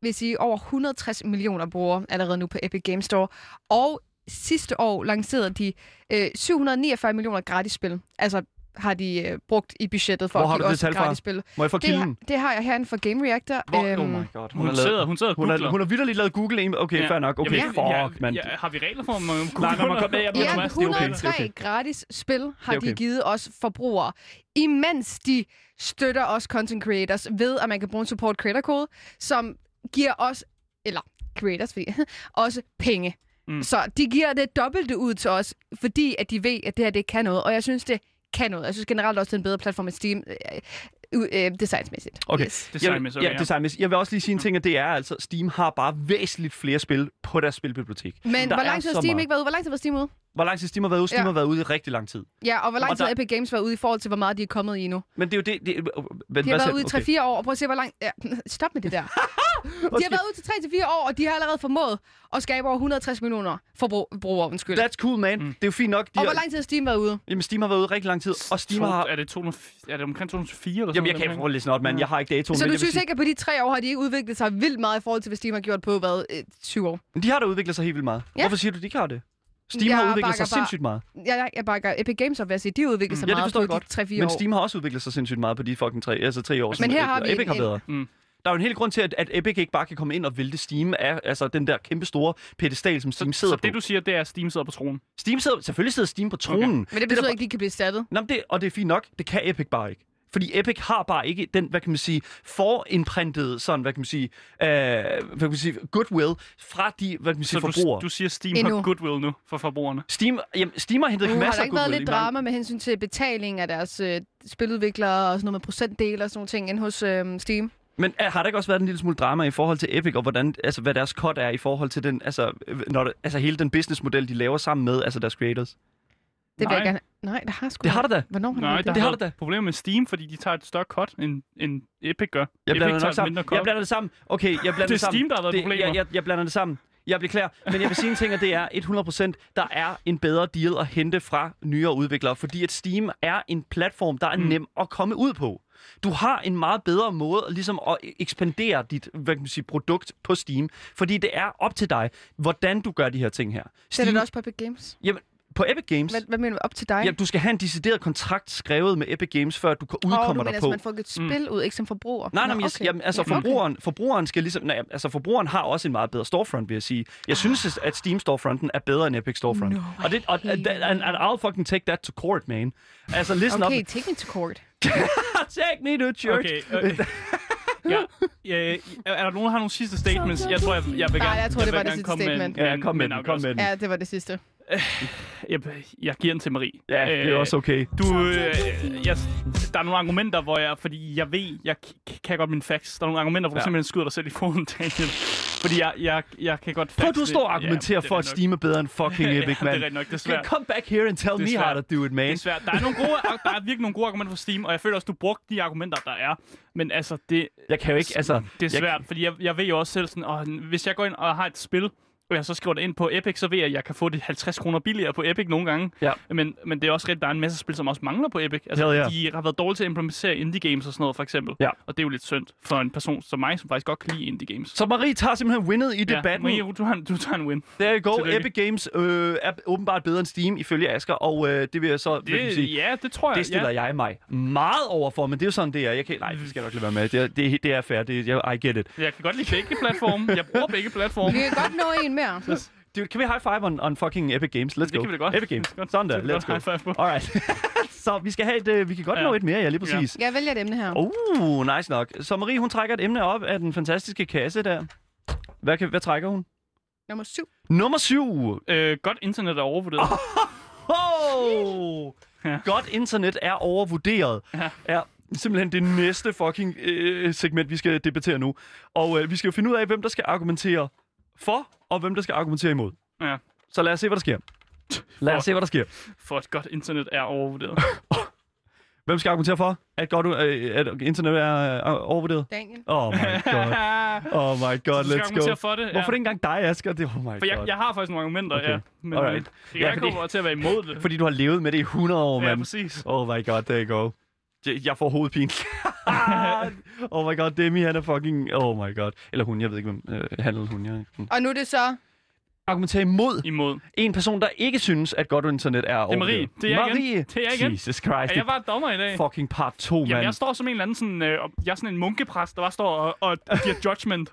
Speaker 1: hvis I over 160 millioner brugere allerede nu på Epic Games Store. Og sidste år lancerede de øh, 749 millioner gratis spil. Altså har de øh, brugt i budgettet for
Speaker 2: Hvor
Speaker 1: at
Speaker 2: har
Speaker 1: give
Speaker 2: du det
Speaker 1: os
Speaker 2: tal fra?
Speaker 1: gratis spil.
Speaker 2: Må jeg få
Speaker 1: Det, har-
Speaker 2: kilden?
Speaker 1: det har jeg herinde fra Game Reactor. Øhm,
Speaker 2: Hvor, oh my god.
Speaker 4: Hun,
Speaker 2: har
Speaker 4: sidder, hun sidder og
Speaker 2: hun har,
Speaker 4: googler.
Speaker 2: hun har vildt lavet Google en. Okay, fair nok. Okay,
Speaker 4: Jamen,
Speaker 2: fuck,
Speaker 4: ja,
Speaker 2: mand.
Speaker 4: Ja, har vi regler for, om man googler?
Speaker 2: Nej, når man kommer med, jeg
Speaker 1: Ja,
Speaker 2: Thomas, det er okay.
Speaker 1: 103 okay. gratis spil har
Speaker 2: Det er
Speaker 1: okay.
Speaker 2: okay.
Speaker 1: de givet os forbrugere, imens de støtter os content creators ved, at man kan bruge en support creator code, som giver os, eller creators, fordi, også penge. Mm. Så de giver det dobbelte ud til os, fordi at de ved, at det her det kan noget, og jeg synes, det kan noget. Jeg synes generelt også, det er en bedre platform end Steam, øh, øh, øh, designsmæssigt.
Speaker 2: Okay.
Speaker 1: Yes.
Speaker 4: Designmæssigt,
Speaker 2: jeg,
Speaker 4: okay,
Speaker 2: ja,
Speaker 4: ja. Mm.
Speaker 2: designmæssigt. Jeg vil også lige sige en ting, at det er altså, Steam har bare væsentligt flere spil på deres spilbibliotek.
Speaker 1: Men
Speaker 2: Der
Speaker 1: hvor
Speaker 2: er
Speaker 1: lang tid
Speaker 2: så
Speaker 1: har Steam
Speaker 2: meget.
Speaker 1: ikke været ude? Hvor lang tid var Steam ude?
Speaker 2: Hvor lang tid Steam har været ude? Steam
Speaker 1: Ja.
Speaker 2: har været ude i rigtig lang tid.
Speaker 1: Ja, og hvor lang
Speaker 2: Og
Speaker 1: tid har
Speaker 2: der-
Speaker 1: Epic Games været ude i forhold til, hvor meget de er kommet i nu?
Speaker 2: Men det er jo det... øh, det men,
Speaker 1: De har været ude i 3-4 år, og prøv at se, hvor langt... Ja, stop med det der. De har været ude til 3-4 år, og de har allerede formået at skabe over 160 millioner forbrugere, undskyld.
Speaker 2: That's cool, man. Mm. Det er jo fint nok. De
Speaker 1: Og hvor
Speaker 2: har,
Speaker 1: lang tid har Steam været ude?
Speaker 2: jamen, Steam har været ude i rigtig lang tid, og Steam
Speaker 4: To-
Speaker 2: har...
Speaker 4: Er det, 200, er det omkring 204 eller sådan
Speaker 2: Jamen, jeg kan
Speaker 4: noget,
Speaker 2: ikke
Speaker 4: omkring?
Speaker 2: prøve at læse op, mand. Jeg har ikke datoen.
Speaker 1: Så
Speaker 2: men jeg
Speaker 1: du
Speaker 2: vil
Speaker 1: synes
Speaker 2: sige-
Speaker 1: ikke, at på de tre år har de ikke udviklet sig vildt meget i forhold til, hvad Steam har gjort på, hvad, øh, 20 år?
Speaker 2: Men de har da udviklet sig helt vildt meget.
Speaker 1: Ja.
Speaker 2: Hvorfor siger du, de ikke har det? Steam
Speaker 1: Jeg
Speaker 2: har udviklet sig
Speaker 1: bakker bare-
Speaker 2: sindssygt meget.
Speaker 1: Jeg, jeg, jeg bakker Epic Games op ved at sige, de har udviklet sig
Speaker 2: Mm. Ja, det
Speaker 1: meget
Speaker 2: forstår jeg
Speaker 1: på
Speaker 2: godt.
Speaker 1: de 3-4
Speaker 2: Men
Speaker 1: år.
Speaker 2: Steam har også udviklet sig sindssygt meget på de fucking tre, altså tre år. som
Speaker 1: her
Speaker 2: Epic-
Speaker 1: har vi
Speaker 2: Epic
Speaker 1: en-
Speaker 2: har været.
Speaker 4: Mm.
Speaker 2: Der er jo en hel grund til, at, at Epic ikke bare kan komme ind og vælte Steam af altså, den der kæmpe store pedestal, som Steam sidder
Speaker 4: så
Speaker 2: på.
Speaker 4: det, du siger, det er, at Steam sidder på tronen.
Speaker 2: Steam sidder, selvfølgelig sidder Steam på tronen. Okay.
Speaker 1: Men det betyder ikke, at de kan blive erstattet.
Speaker 2: Nå, men det, og det er fint nok, det kan Epic bare ikke. Fordi Epic har bare ikke den, hvad kan man sige, forindprintede sådan, hvad kan man sige, øh, hvad kan man sige goodwill fra de, hvad kan man sige,
Speaker 4: Så
Speaker 2: forbrugere.
Speaker 4: du, du siger, Steam Endnu.
Speaker 1: Endnu.
Speaker 4: har goodwill nu for forbrugerne.
Speaker 2: Steam, jamen, Steam har hentet
Speaker 1: Nu har
Speaker 2: masser
Speaker 1: der
Speaker 2: af
Speaker 1: ikke været
Speaker 2: goodwill.
Speaker 1: lidt
Speaker 2: i mange-
Speaker 1: drama med hensyn til betaling af deres øh, spiludviklere og sådan noget med procentdel og sådan nogle ting ind hos øh, Steam?
Speaker 2: Men øh, har der ikke også været en lille smule drama i forhold til Epic, og hvordan, altså, hvad deres cut er i forhold til den, altså, øh, når det, altså hele den businessmodel, de laver sammen med altså deres creators?
Speaker 1: Det vil
Speaker 4: Nej.
Speaker 1: jeg gerne... Nej, det har sgu
Speaker 2: Det har
Speaker 1: ikke.
Speaker 2: der da.
Speaker 1: Hvornår har
Speaker 4: Nej,
Speaker 1: det?
Speaker 4: der
Speaker 2: det har
Speaker 4: været
Speaker 2: det da.
Speaker 4: problemer med Steam, fordi de tager et større cut, end, end Epic gør.
Speaker 2: Jeg
Speaker 4: Epic
Speaker 2: blander det nok
Speaker 4: et mindre
Speaker 2: sammen. Jeg
Speaker 4: cut.
Speaker 2: blander det sammen. Okay, jeg blander
Speaker 4: Det er
Speaker 2: det sammen.
Speaker 4: Steam, der har været
Speaker 2: det,
Speaker 4: problemer.
Speaker 2: Jeg, jeg, jeg blander det sammen. Jeg beklager, men jeg vil sige en ting, og det er 100%, der er en bedre deal at hente fra nyere udviklere, fordi at Steam er en platform, der er mm. nem at komme ud på. Du har en meget bedre måde ligesom at ekspandere dit hvad kan man sige, produkt på Steam, fordi det er op til dig, hvordan du gør de her ting her.
Speaker 1: Det er
Speaker 2: Steam,
Speaker 1: det da også på Epic Games.
Speaker 2: jamen, på Epic Games,
Speaker 1: Hvad, hvad mener du? Op til dig?
Speaker 2: ja, du skal have en decideret kontrakt skrevet med Epic Games, før du kan
Speaker 1: Åh,
Speaker 2: udkommer
Speaker 1: du mener,
Speaker 2: derpå.
Speaker 1: altså, man får et spil ud, ikke som forbruger?
Speaker 2: Nej, nej,
Speaker 1: Nå,
Speaker 2: men jeg, okay. jamen, altså, forbrugeren, forbrugeren skal ligesom... Nej, altså, forbrugeren har også en meget bedre storefront, vil jeg sige. Jeg synes, at Steam storefronten er bedre end Epic storefront.
Speaker 1: Ah. No
Speaker 2: og det, og, and, and, and I'll fucking take that to court, man. Altså, listen
Speaker 1: Okay,
Speaker 2: up.
Speaker 1: take me to court.
Speaker 2: Take me to church.
Speaker 4: Okay. Øh, ja. Øh, er der nogen, der har nogle sidste statements? Jeg tror, jeg, jeg vil
Speaker 1: Nej,
Speaker 4: gerne...
Speaker 1: jeg tror, det
Speaker 4: vil
Speaker 1: var det
Speaker 4: gerne
Speaker 1: sidste
Speaker 4: komme en-
Speaker 1: statement.
Speaker 2: Ja, kom med
Speaker 4: en
Speaker 2: den, kom
Speaker 4: afgørelse.
Speaker 2: med den.
Speaker 1: Ja, det var det sidste.
Speaker 4: Jeg, jeg giver den til Marie.
Speaker 2: Ja, det er
Speaker 4: Øh,
Speaker 2: også okay.
Speaker 4: Du, øh, jeg, der er nogle argumenter, hvor jeg, fordi jeg ved, jeg k- kan godt mine facts. Der er nogle argumenter, hvor du
Speaker 2: Ja.
Speaker 4: simpelthen skyder dig selv i foden, Daniel. Fordi jeg, jeg, jeg kan godt
Speaker 2: Prøv,
Speaker 4: facts
Speaker 2: du
Speaker 4: det.
Speaker 2: står og argumenterer
Speaker 4: det
Speaker 2: for,
Speaker 4: er
Speaker 2: at
Speaker 4: nok.
Speaker 2: Steam er bedre end fucking
Speaker 4: Ja,
Speaker 2: Epic,
Speaker 4: det er
Speaker 2: man.
Speaker 4: rigtig nok, desværre.
Speaker 2: Okay, Come back here and tell me
Speaker 4: Desværre.
Speaker 2: how to do it,
Speaker 4: Det er
Speaker 2: man.
Speaker 4: svært. Der er, nogle gode, der er virkelig nogle gode argumenter for Steam, og jeg føler også, du brugte de argumenter, der er. Men altså, det,
Speaker 2: Jeg kan jo ikke, altså...
Speaker 4: det er
Speaker 2: jeg-
Speaker 4: svært, fordi jeg, jeg ved jo også selv sådan, og hvis jeg går ind og har et spil, og jeg så skriver det ind på Epic, så ved jeg, at jeg kan få det 50 kroner billigere på Epic nogle gange.
Speaker 2: Ja.
Speaker 4: Men, men det er også rigtigt, der er en masse spil, som også mangler på Epic. Altså,
Speaker 2: Hell yeah.
Speaker 4: De har været dårlige til at implementere indie-games og sådan noget, for eksempel.
Speaker 2: Ja.
Speaker 4: Og det er jo lidt synd for en person som mig, som faktisk godt kan lide indie-games.
Speaker 2: Så Marie tager simpelthen winnet i debatten.
Speaker 4: Marie, du, har en, du tager en win.
Speaker 2: Der i går,
Speaker 4: Tillykke.
Speaker 2: Epic Games øh, er åbenbart bedre end Steam, ifølge Asker, og øh, det vil jeg så... hvad kan man sige,
Speaker 4: Det, ja, det tror jeg.
Speaker 2: Det stiller
Speaker 4: ja.
Speaker 2: ja. jeg mig meget over for, men det er jo sådan, det er. Jeg kan, nej, det skal jeg nok lade være med. Det er, det, er- det er fair. Det er, I get it.
Speaker 4: jeg. kan godt lide begge platforme. Jeg bruger begge platforme.
Speaker 1: Vi kan godt nå en mere.
Speaker 2: Dude, kan vi high five on, on fucking Epic Games? Let's go.
Speaker 4: kan vi da godt.
Speaker 2: Epic Games.
Speaker 4: Det kan vi godt.
Speaker 2: Sådan der.
Speaker 4: Det kan vi
Speaker 2: Let's go.
Speaker 4: godt high five på.
Speaker 2: Alright. så vi skal have et, øh, vi kan godt
Speaker 4: Ja.
Speaker 2: ja. nå et mere, ja, lige
Speaker 4: Ja.
Speaker 2: præcis. Ja.
Speaker 1: Jeg vælger et emne her.
Speaker 2: Uh, nice nok. Så Marie, hun trækker et emne op af den fantastiske kasse der. Hvad, kan, hvad trækker hun?
Speaker 1: Nummer syv.
Speaker 2: Nummer syv.
Speaker 4: Øh, godt internet er overvurderet. Oh.
Speaker 2: Oh!
Speaker 4: Ja.
Speaker 2: Godt internet er overvurderet.
Speaker 4: Ja.
Speaker 2: Er simpelthen det næste fucking øh, segment, vi skal debattere nu. Og øh, vi skal jo finde ud af, hvem der skal argumentere for, og hvem der skal argumentere imod.
Speaker 4: Ja.
Speaker 2: Så lad os se, hvad der sker. Lad os se, hvad der sker.
Speaker 4: For et godt internet er overvurderet.
Speaker 2: Hvem skal argumentere for, at, godt, øh, at internet er øh, overvurderet?
Speaker 1: Daniel.
Speaker 2: Oh my god. Oh my god,
Speaker 4: Du
Speaker 2: let's
Speaker 4: skal
Speaker 2: go.
Speaker 4: argumentere for det, ja.
Speaker 2: Hvorfor er det ikke engang dig, Asger? Det, oh my
Speaker 4: For jeg,
Speaker 2: god.
Speaker 4: jeg har faktisk nogle argumenter,
Speaker 2: Okay.
Speaker 4: ja. Men øh,
Speaker 2: Alright.
Speaker 4: det kan ja,
Speaker 2: Ja,
Speaker 4: ikke
Speaker 2: fordi-
Speaker 4: komme til at være imod det.
Speaker 2: Fordi du har levet med det i 100 år,
Speaker 4: ja,
Speaker 2: mand.
Speaker 4: præcis.
Speaker 2: Oh my god, there you go. Jeg- Jeg får hovedpine. oh my god, Demi, han er fucking... Oh my god. Eller hun, jeg ved ikke, hvem øh, han eller hun. Jeg... Mm.
Speaker 1: Og nu er det så...
Speaker 2: Argumentere imod
Speaker 4: Imod.
Speaker 2: en person, der ikke synes, at godt internet er
Speaker 4: Det er Marie. Det er jeg igen.
Speaker 2: Marie.
Speaker 4: Det er jeg igen.
Speaker 2: Jesus Christ.
Speaker 4: Er jeg bare dommer i dag?
Speaker 2: det er fucking part 2, mand.
Speaker 4: Jamen, jeg står som en eller anden sådan... Øh, og- jeg er sådan en munkepræst, der bare står og, og giver judgment.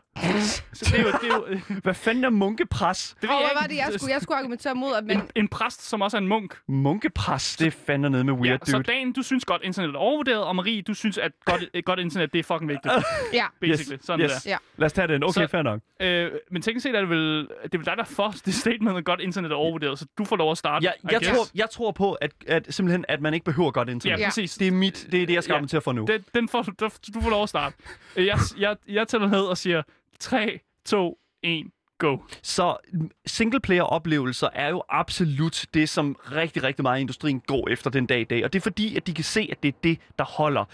Speaker 4: Så det er jo... Det er jo øh,
Speaker 2: Hvad fanden er munkepres?
Speaker 4: det
Speaker 1: Og
Speaker 4: ved jeg
Speaker 1: hvad var
Speaker 4: ikke.
Speaker 1: det, jeg skulle? Jeg skulle argumentere mod, at man...
Speaker 4: En, en præst, som også er en munk.
Speaker 2: Munkepres, det er fandme nede med weird,
Speaker 4: så
Speaker 2: dude.
Speaker 4: Dan, du synes godt, internet er overvurderet, og Marie, du synes, at godt, et godt internet, det er fucking vigtigt.
Speaker 1: Ja.
Speaker 4: Basically, yes. sådan
Speaker 2: yes.
Speaker 4: yes.
Speaker 1: der. Ja.
Speaker 2: Lad os tage den. Okay,
Speaker 4: Så-
Speaker 2: fair nok.
Speaker 4: der. Øh, men teknisk set er det vel, det er vel dig, der får det statement, at godt internet er overvurderet, så du får lov at starte.
Speaker 2: Jeg,
Speaker 4: I
Speaker 2: jeg,
Speaker 4: guess.
Speaker 2: tror, jeg tror på, at, at simpelthen, at man ikke behøver godt internet.
Speaker 4: Ja, præcis.
Speaker 2: Det er mit, det er det, jeg skal
Speaker 4: Ja.
Speaker 2: argumentere for nu.
Speaker 4: Den, den får, du, du får lov at starte. Øh, Jeg, jeg, jeg tæller ned og siger 3, 2, 1, go.
Speaker 2: Så singleplayer-oplevelser er jo absolut det, som rigtig, rigtig meget i industrien går efter den dag i dag. Og det er fordi, at de kan se, at det er det, der holder.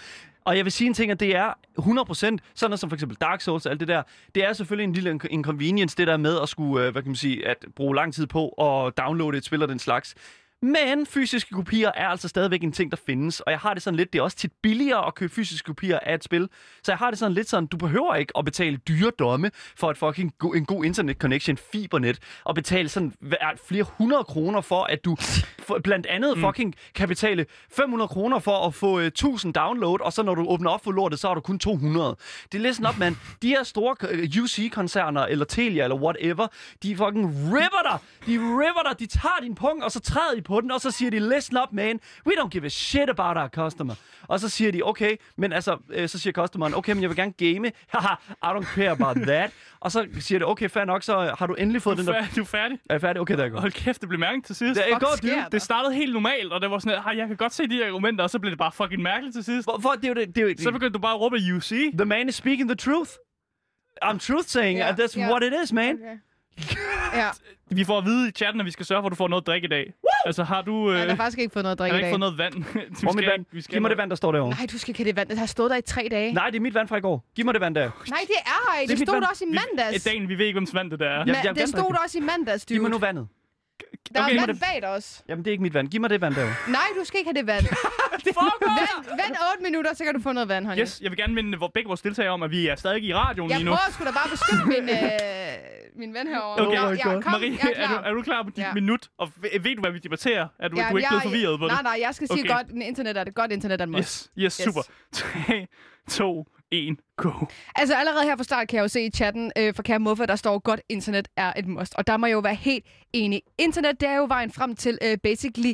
Speaker 2: Og jeg vil sige en ting, at det er 100%, sådan noget som for eksempel Dark Souls og alt det der, det er selvfølgelig en lille inco- inconvenience, det der med at skulle, øh, hvad kan man sige, at bruge lang tid på at downloade et spil og den slags. Men fysiske kopier er altså stadigvæk en ting, der findes, og jeg har det sådan lidt, det er også tit billigere at købe fysiske kopier af et spil, så jeg har det sådan lidt sådan, du behøver ikke at betale dyre domme for et fucking go- en god internet connection, fibernet, og betale sådan hver- flere hundrede kroner for, at du for, blandt andet fucking kan betale 500 kroner for at få øh, 1000 download, og så når du åbner op for lortet, så har du kun 200. Det er listen op, mand. De her store øh, UC-koncerner, eller Telia, eller whatever, de fucking ripper dig. De ripper dig. De tager din pung, og så træder de på den, og så siger de, listen up, man. We don't give a shit about our customer. Og så siger de, okay, men altså, øh, så siger customeren, okay, men jeg vil gerne game. Haha, I don't care about that. Og så siger det, okay, fair nok, så øh, har du endelig fået den
Speaker 4: Du
Speaker 2: der...
Speaker 4: er, du er færdig?
Speaker 2: Er jeg færdig? Okay, der er godt.
Speaker 4: Hold kæft, det blev mærkeligt til sidst.
Speaker 2: Det er
Speaker 4: Fuck,
Speaker 2: godt, dude.
Speaker 4: Det startede helt normalt, og det var sådan, at "Hej, jeg kan godt se de her argumenter, og så blev det bare fucking mærkeligt til sidst.
Speaker 2: Hvorfor? Det er jo det. det, er jo,
Speaker 4: Så begyndte du bare at råbe UC.
Speaker 2: The man is speaking the truth. I'm truth saying.
Speaker 1: Ja,
Speaker 2: Yeah, that's
Speaker 1: ja.
Speaker 2: what it is, man.
Speaker 1: Okay. Ja.
Speaker 4: Vi får at vide i chatten, at vi skal sørge for, at du får noget drik i dag. Woo! Altså har du... Øh,
Speaker 1: Jeg har
Speaker 4: har
Speaker 1: faktisk ikke fået noget at
Speaker 4: du
Speaker 1: drikke i
Speaker 4: ikke
Speaker 1: dag.
Speaker 4: fået noget vand? vi
Speaker 2: Hvor er mit vand?
Speaker 4: ikke- vi skal
Speaker 2: Giv mig
Speaker 4: have-
Speaker 2: det vand, der står derovre.
Speaker 1: Nej, du skal ikke have det vand. Det har stået der i tre dage.
Speaker 2: Nej, det er mit vand fra i går. Giv mig det vand der.
Speaker 4: Oh,
Speaker 1: Nej, det er ej.
Speaker 2: mit
Speaker 1: Det, det stod
Speaker 2: vand.
Speaker 1: der også i mandags.
Speaker 4: Vi, dagen, vi ved ikke, hvem vand det der er.
Speaker 2: Ja.
Speaker 4: Ja.
Speaker 2: jeg vil
Speaker 1: Ma- det
Speaker 2: gerne
Speaker 1: stod
Speaker 2: drikke.
Speaker 1: der også i mandags, dude.
Speaker 2: Giv mig nu vandet.
Speaker 1: Der
Speaker 4: Okay,
Speaker 1: er
Speaker 4: men
Speaker 1: vand
Speaker 4: det-
Speaker 1: bag dig også.
Speaker 2: Jamen, det er ikke mit vand. Giv mig det vand derovre.
Speaker 1: Nej, du skal ikke have det vand. vent, vent 8 minutter, så kan du få noget vand, honey.
Speaker 4: Yes, jeg vil gerne minde hvor- begge vores deltagere om, at vi er stadig i radioen
Speaker 1: Jeg
Speaker 4: lige nu.
Speaker 1: prøver sgu da bare at beskytte min, øh, min ven herovre.
Speaker 4: Okay.
Speaker 1: Nå,
Speaker 4: Oh my
Speaker 1: ja,
Speaker 2: God.
Speaker 1: kom,
Speaker 4: Marie,
Speaker 1: jeg er klar.
Speaker 4: Er, du, er du klar på dit
Speaker 1: Ja.
Speaker 4: ja. minut? Og ved, ved du, hvad vi debatterer? Er du,
Speaker 1: Ja,
Speaker 4: du er ikke
Speaker 1: jeg-
Speaker 4: blevet forvirret på det?
Speaker 1: Nej, nej, jeg skal sige
Speaker 4: Okay.
Speaker 1: godt, at internet er det godt internet, er det yes.
Speaker 4: Yes, yes, super. 3, 2, 1, go.
Speaker 1: Altså allerede her fra start kan jeg jo se i chatten øh, fra Kære Muffa, der står godt internet er et must. Og der må jeg jo være helt enig. Internet, det er jo vejen frem til øh, basically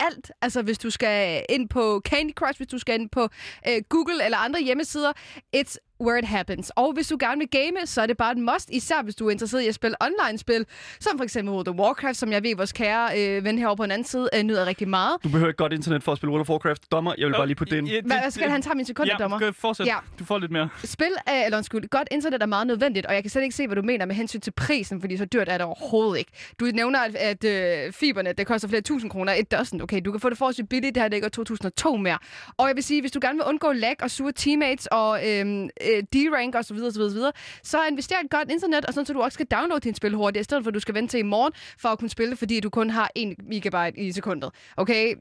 Speaker 1: alt. Altså hvis du skal ind på Candy Crush, hvis du skal ind på øh, Google eller andre hjemmesider, it's where it happens. Og hvis du gerne vil game, så er det bare et must, især hvis du er interesseret i at spille online-spil, som for eksempel World of Warcraft, som jeg ved, vores kære øh, ven herovre på den anden side øh, nyder rigtig meget.
Speaker 2: Du behøver ikke godt internet for at spille World of Warcraft. Dommer, jeg vil bare lige på den.
Speaker 4: Ja, det-
Speaker 1: Hvad hvad skal han tage min sekund,
Speaker 4: Ja,
Speaker 1: dommer?
Speaker 4: skal fortsæt.
Speaker 1: Ja.
Speaker 4: Ja. Du får lidt mere.
Speaker 1: Spil af, eller undskyld, godt internet er meget nødvendigt, og jeg kan slet ikke se, hvad du mener med hensyn til prisen, fordi så dyrt er det overhovedet ikke. Du nævner, at, at øh, fiberne, det koster flere tusind kroner, et dozen, okay, du kan få det forholdsvis billigt, det her ligger 2002 mere. Og jeg vil sige, hvis du gerne vil undgå lag og sure teammates og øh, øh, D-rank og så videre, så videre, så videre, så invester i et godt internet, og sådan så du også skal downloade din spil hurtigt, i stedet for at du skal vente til i morgen for at kunne spille det, fordi du kun har 1 megabyte i sekundet. Okay,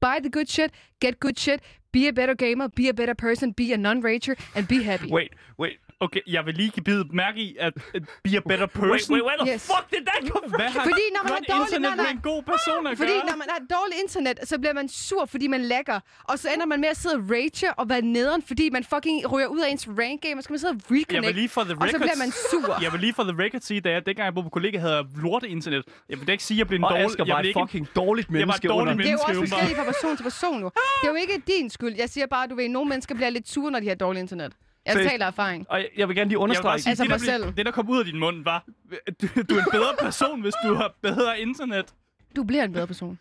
Speaker 1: buy the good shit, get good shit, be a better gamer, be a better person, be a non-rager, and be happy.
Speaker 2: Wait, wait.
Speaker 4: Okay, jeg vil lige give bidet mærke i, at at be a better person.
Speaker 2: Wait, wait, where the
Speaker 1: Yes.
Speaker 2: fuck did that come from?
Speaker 4: Hvad har
Speaker 1: Fordi når man
Speaker 4: godt
Speaker 1: er dårlig- nej,
Speaker 4: internet
Speaker 1: nej. Ah,
Speaker 4: med en god person at
Speaker 1: Fordi
Speaker 4: gøre?
Speaker 1: når man har dårligt internet, så bliver man sur, fordi man lækker. Og så ender man med at sidde og rage og være nederen, fordi man fucking ryger ud af ens rank game, og så skal man sidde og
Speaker 4: Jeg
Speaker 1: reconnect.
Speaker 4: vil lige for the
Speaker 1: og så bliver
Speaker 4: records-
Speaker 1: man sur.
Speaker 4: Jeg vil lige for the record sige, da jeg dengang jeg boede på kollega, havde jeg lorte internet. Jeg vil da ikke sige, at jeg blev en
Speaker 2: Og
Speaker 4: dårlig...
Speaker 2: Asger
Speaker 4: jeg
Speaker 2: var
Speaker 4: vil
Speaker 2: et
Speaker 4: ikke-
Speaker 2: fucking dårligt
Speaker 4: var et
Speaker 2: menneske
Speaker 4: dårligt
Speaker 2: under.
Speaker 1: det er jo også
Speaker 4: menneske,
Speaker 1: forskelligt fra person til person nu. Det er jo ikke din skyld. Jeg siger bare, at du ved, nogle mennesker bliver lidt sure, når de har dårligt internet. Jeg
Speaker 2: Seriøst?
Speaker 1: taler af erfaring.
Speaker 2: Og jeg- jeg vil gerne lige
Speaker 4: Jeg vil
Speaker 2: understrege,
Speaker 4: bare sige,
Speaker 1: Altså
Speaker 4: det, der
Speaker 1: for
Speaker 4: blev-
Speaker 1: selv.
Speaker 4: det, der kom ud af din mund, var, at du, du er en bedre person, hvis du har bedre internet.
Speaker 1: Du bliver en bedre person.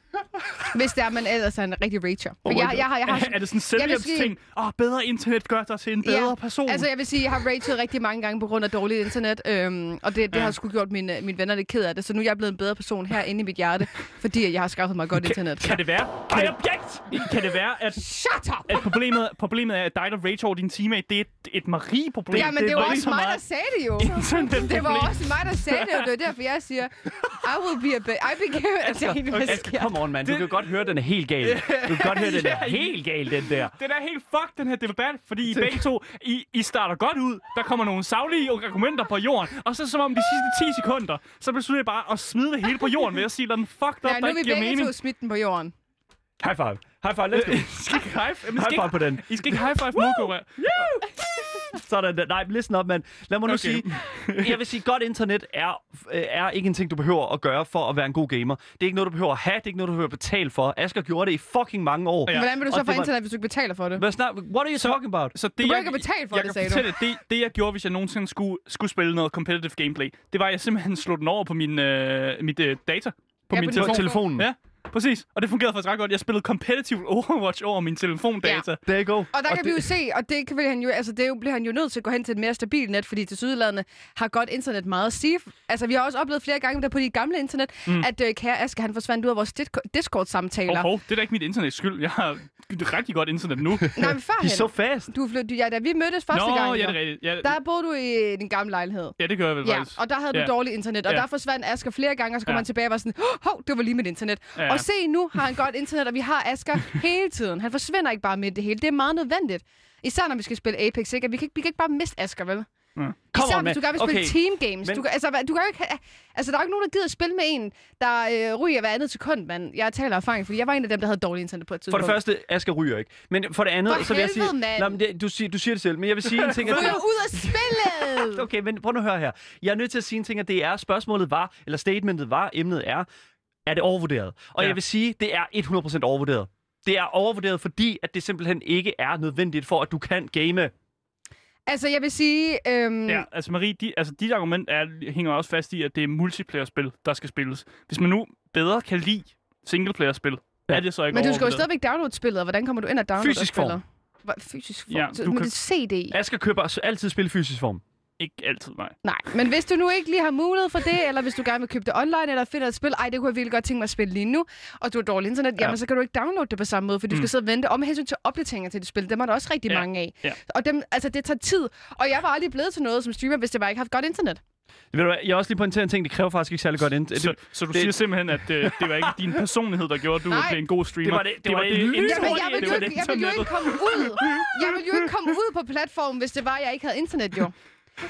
Speaker 1: Hvis det er, man ellers er en rigtig rager. For jeg, jeg, har, jeg har
Speaker 4: er, er det sådan
Speaker 1: Jeg
Speaker 4: en
Speaker 1: vil sige-
Speaker 4: selvhjælpsting? Åh, oh, bedre internet gør dig til en bedre person.
Speaker 1: Altså, jeg vil sige, jeg har rated rigtig mange gange på grund af dårligt internet, øhm, og det, det ja.
Speaker 4: Ja.
Speaker 1: har sgu gjort mine, mine venner lidt ked af det, så nu er jeg blevet en bedre person herinde i mit hjerte, fordi jeg har skaffet mig godt internet.
Speaker 4: Kan det Altså, være? Kan, det, kan det være, at,
Speaker 1: Shut up!
Speaker 4: at problemet, problemet er, at dig, der rage over din teammate, det er et, et Marie-problem?
Speaker 1: Jamen, det, det var
Speaker 4: ikke
Speaker 1: også
Speaker 4: så
Speaker 1: mig, der
Speaker 4: meget
Speaker 1: sagde det jo.
Speaker 4: internetproblem.
Speaker 1: Det var også mig, der sagde det, og det er derfor, jeg siger, I will be a bit. I became... Altså, det er egentlig, hvad
Speaker 2: Asger,
Speaker 1: sker der?
Speaker 2: come on, mand. Du
Speaker 4: Det-
Speaker 2: kan godt høre, den er helt gal. Du kan godt høre, den er
Speaker 4: Ja,
Speaker 2: helt gal, den der.
Speaker 4: Den er helt fuck, den her debat, fordi I begge to, I, I starter godt ud, der kommer nogle savlige argumenter på jorden, og så som om de sidste 10 sekunder, så beslutter I bare at smide det hele på jorden ved at sige, at den fuck dig,
Speaker 1: Nej, nu
Speaker 4: der
Speaker 1: er vi
Speaker 4: ikke giver
Speaker 1: begge
Speaker 4: mening.
Speaker 1: to smidt den på jorden.
Speaker 2: High five. High five, let's go.
Speaker 4: I skal ikke high five, I skal
Speaker 2: High five
Speaker 4: ikke,
Speaker 2: på den.
Speaker 4: I skal ikke high five nu, Cora.
Speaker 2: Sådan der. Nej, listen op, mand. Lad mig nu
Speaker 4: Okay.
Speaker 2: sige... Jeg vil sige, godt internet er, øh, er ikke en ting, du behøver at gøre for at være en god gamer. Det er ikke noget, du behøver at have. Det er ikke noget, du behøver at betale for. Asger gjorde det i fucking mange år.
Speaker 4: Ja.
Speaker 1: Hvordan vil du
Speaker 2: Og
Speaker 1: så
Speaker 2: det
Speaker 1: få
Speaker 2: var-
Speaker 1: internet, hvis du ikke betaler for det?
Speaker 2: Hvad snak, what are you talking about?
Speaker 4: Så det,
Speaker 1: Du må
Speaker 4: jeg-
Speaker 1: ikke betale for
Speaker 4: jeg
Speaker 1: det,
Speaker 4: kan
Speaker 1: sagde du.
Speaker 4: fortælle, Det, det, jeg gjorde, hvis jeg nogensinde skulle, skulle spille noget competitive gameplay, det var, at jeg simpelthen slog den over på min, øh, mit øh, data. På
Speaker 1: Ja,
Speaker 4: min
Speaker 1: på
Speaker 2: På
Speaker 4: telefon.
Speaker 2: telefonen.
Speaker 4: Ja, præcis. Og det fungerede faktisk ret godt. Jeg spillede competitive Overwatch over min telefondata.
Speaker 1: Ja.
Speaker 4: Ja.
Speaker 2: There you go.
Speaker 1: Og der
Speaker 2: Og
Speaker 1: kan vi jo se, og det, kan, vil han jo, altså det er jo, bliver han jo nødt til at gå hen til et mere stabilt net, fordi til sydlandet har godt internet meget at sige. Altså, vi har også oplevet flere gange der på de gamle internet, mm. at øh, kære Aske, han forsvandt ud af vores dit- Discord-samtaler.
Speaker 4: Hov, hov, det er da ikke mit internets skyld. Jeg har et rigtig godt internet nu.
Speaker 1: Nej, men
Speaker 2: He's
Speaker 1: førhen,
Speaker 2: so fast.
Speaker 1: du flyttede, ja, da vi mødtes første
Speaker 4: Nå,
Speaker 1: gang,
Speaker 4: ja,
Speaker 1: jo,
Speaker 4: det er rigtigt. Ja,
Speaker 1: der boede du i din gamle lejlighed.
Speaker 4: ja det gør jeg vel
Speaker 1: Ja,
Speaker 4: faktisk.
Speaker 1: og der havde du
Speaker 4: Ja.
Speaker 1: dårligt internet, og
Speaker 4: Ja.
Speaker 1: der forsvandt Asger flere gange, og så kom
Speaker 4: Ja.
Speaker 1: han tilbage og var sådan, hov, det var lige mit internet.
Speaker 4: Ja.
Speaker 1: Og se, nu har han godt internet, og vi har Asger hele tiden. Han forsvinder ikke bare med det hele. Det er meget nødvendigt. Især når vi skal spille Apex, ikke? At Vi kan ikke, vi kan ikke bare miste Asger, vel?
Speaker 2: Come
Speaker 1: Især
Speaker 2: on,
Speaker 1: hvis
Speaker 2: mand.
Speaker 1: du gerne vil spille
Speaker 2: Okay.
Speaker 1: team games.
Speaker 2: men-
Speaker 1: Du, kan- altså, hvad- du kan jo ikke, have- altså, der er jo ikke nogen, der gider at spille med en, der øh, ryger hver andet sekund, mand. Jeg taler af erfaring, fordi jeg var en af dem, der havde dårlig internet på et
Speaker 2: For
Speaker 1: tidspunkt.
Speaker 2: det første, Asger ryger ikke. Men for det andet,
Speaker 1: For
Speaker 2: så vil jeg sige...
Speaker 1: helvede, mand.
Speaker 2: Nej, men det, du, siger, du siger det selv, men jeg vil sige en ting... At
Speaker 1: Ryger ud af spillet!
Speaker 2: Okay, men prøv nu at høre her. Jeg er nødt til at sige en ting, at det er, spørgsmålet var, eller statementet var, emnet er, er det overvurderet? Og ja.
Speaker 4: Ja.
Speaker 2: jeg vil sige, det er 100% overvurderet. Det er overvurderet, fordi at det simpelthen ikke er nødvendigt for, at du kan game.
Speaker 1: altså, jeg vil sige... Øhm,
Speaker 4: Ja, altså Marie, de, altså dit argument er, hænger også fast i, at det er multiplayer-spil, der skal spilles. Hvis man nu bedre kan lide singleplayer-spil,
Speaker 2: Ja.
Speaker 4: ja. er det så ikke
Speaker 1: Men du skal jo
Speaker 4: overvurderet?
Speaker 1: stadigvæk downloade spillet, og hvordan kommer du ind og downloader
Speaker 2: Fysisk form.
Speaker 1: spillet? Hva- Fysisk form?
Speaker 4: Ja,
Speaker 1: Ja, du
Speaker 4: du
Speaker 1: men
Speaker 4: kan-
Speaker 1: det er CD.
Speaker 2: Asger køber altså altid spil i fysisk form.
Speaker 4: Ikke altid, nej.
Speaker 1: Nej, men hvis du nu ikke lige har mulighed for det, eller hvis du gerne vil købe det online, eller finder et spil, ej, det kunne jeg virkelig godt tænke mig at spille lige nu, og du har dårlig internet, ja. jamen så kan du ikke downloade det på samme måde, for du skal sidde og vente. Og med hensyn til opdateringer til det spil, dem er der også rigtig
Speaker 4: Ja.
Speaker 1: mange af.
Speaker 4: Ja.
Speaker 1: Og dem, altså, det tager tid. Og jeg var aldrig blevet til noget som streamer, hvis det bare ikke har haft godt internet.
Speaker 2: Ved du hvad, jeg er også lige på en ting, det kræver faktisk ikke særlig godt ind.
Speaker 4: Så, så du
Speaker 2: det-
Speaker 4: det, siger simpelthen, at øh, det var ikke din personlighed, der gjorde, at du
Speaker 1: Nej.
Speaker 4: blev en god streamer?
Speaker 2: Det var det- det var det lyn-
Speaker 1: Jamen,
Speaker 4: internettet-
Speaker 1: jeg ville
Speaker 4: det
Speaker 1: jo,
Speaker 4: var
Speaker 1: ikke, jeg ville jo ikke
Speaker 4: internettet.
Speaker 1: komme ud. Jeg ville jo ikke komme ud på platformen, hvis det var, jeg ikke havde internet, jo.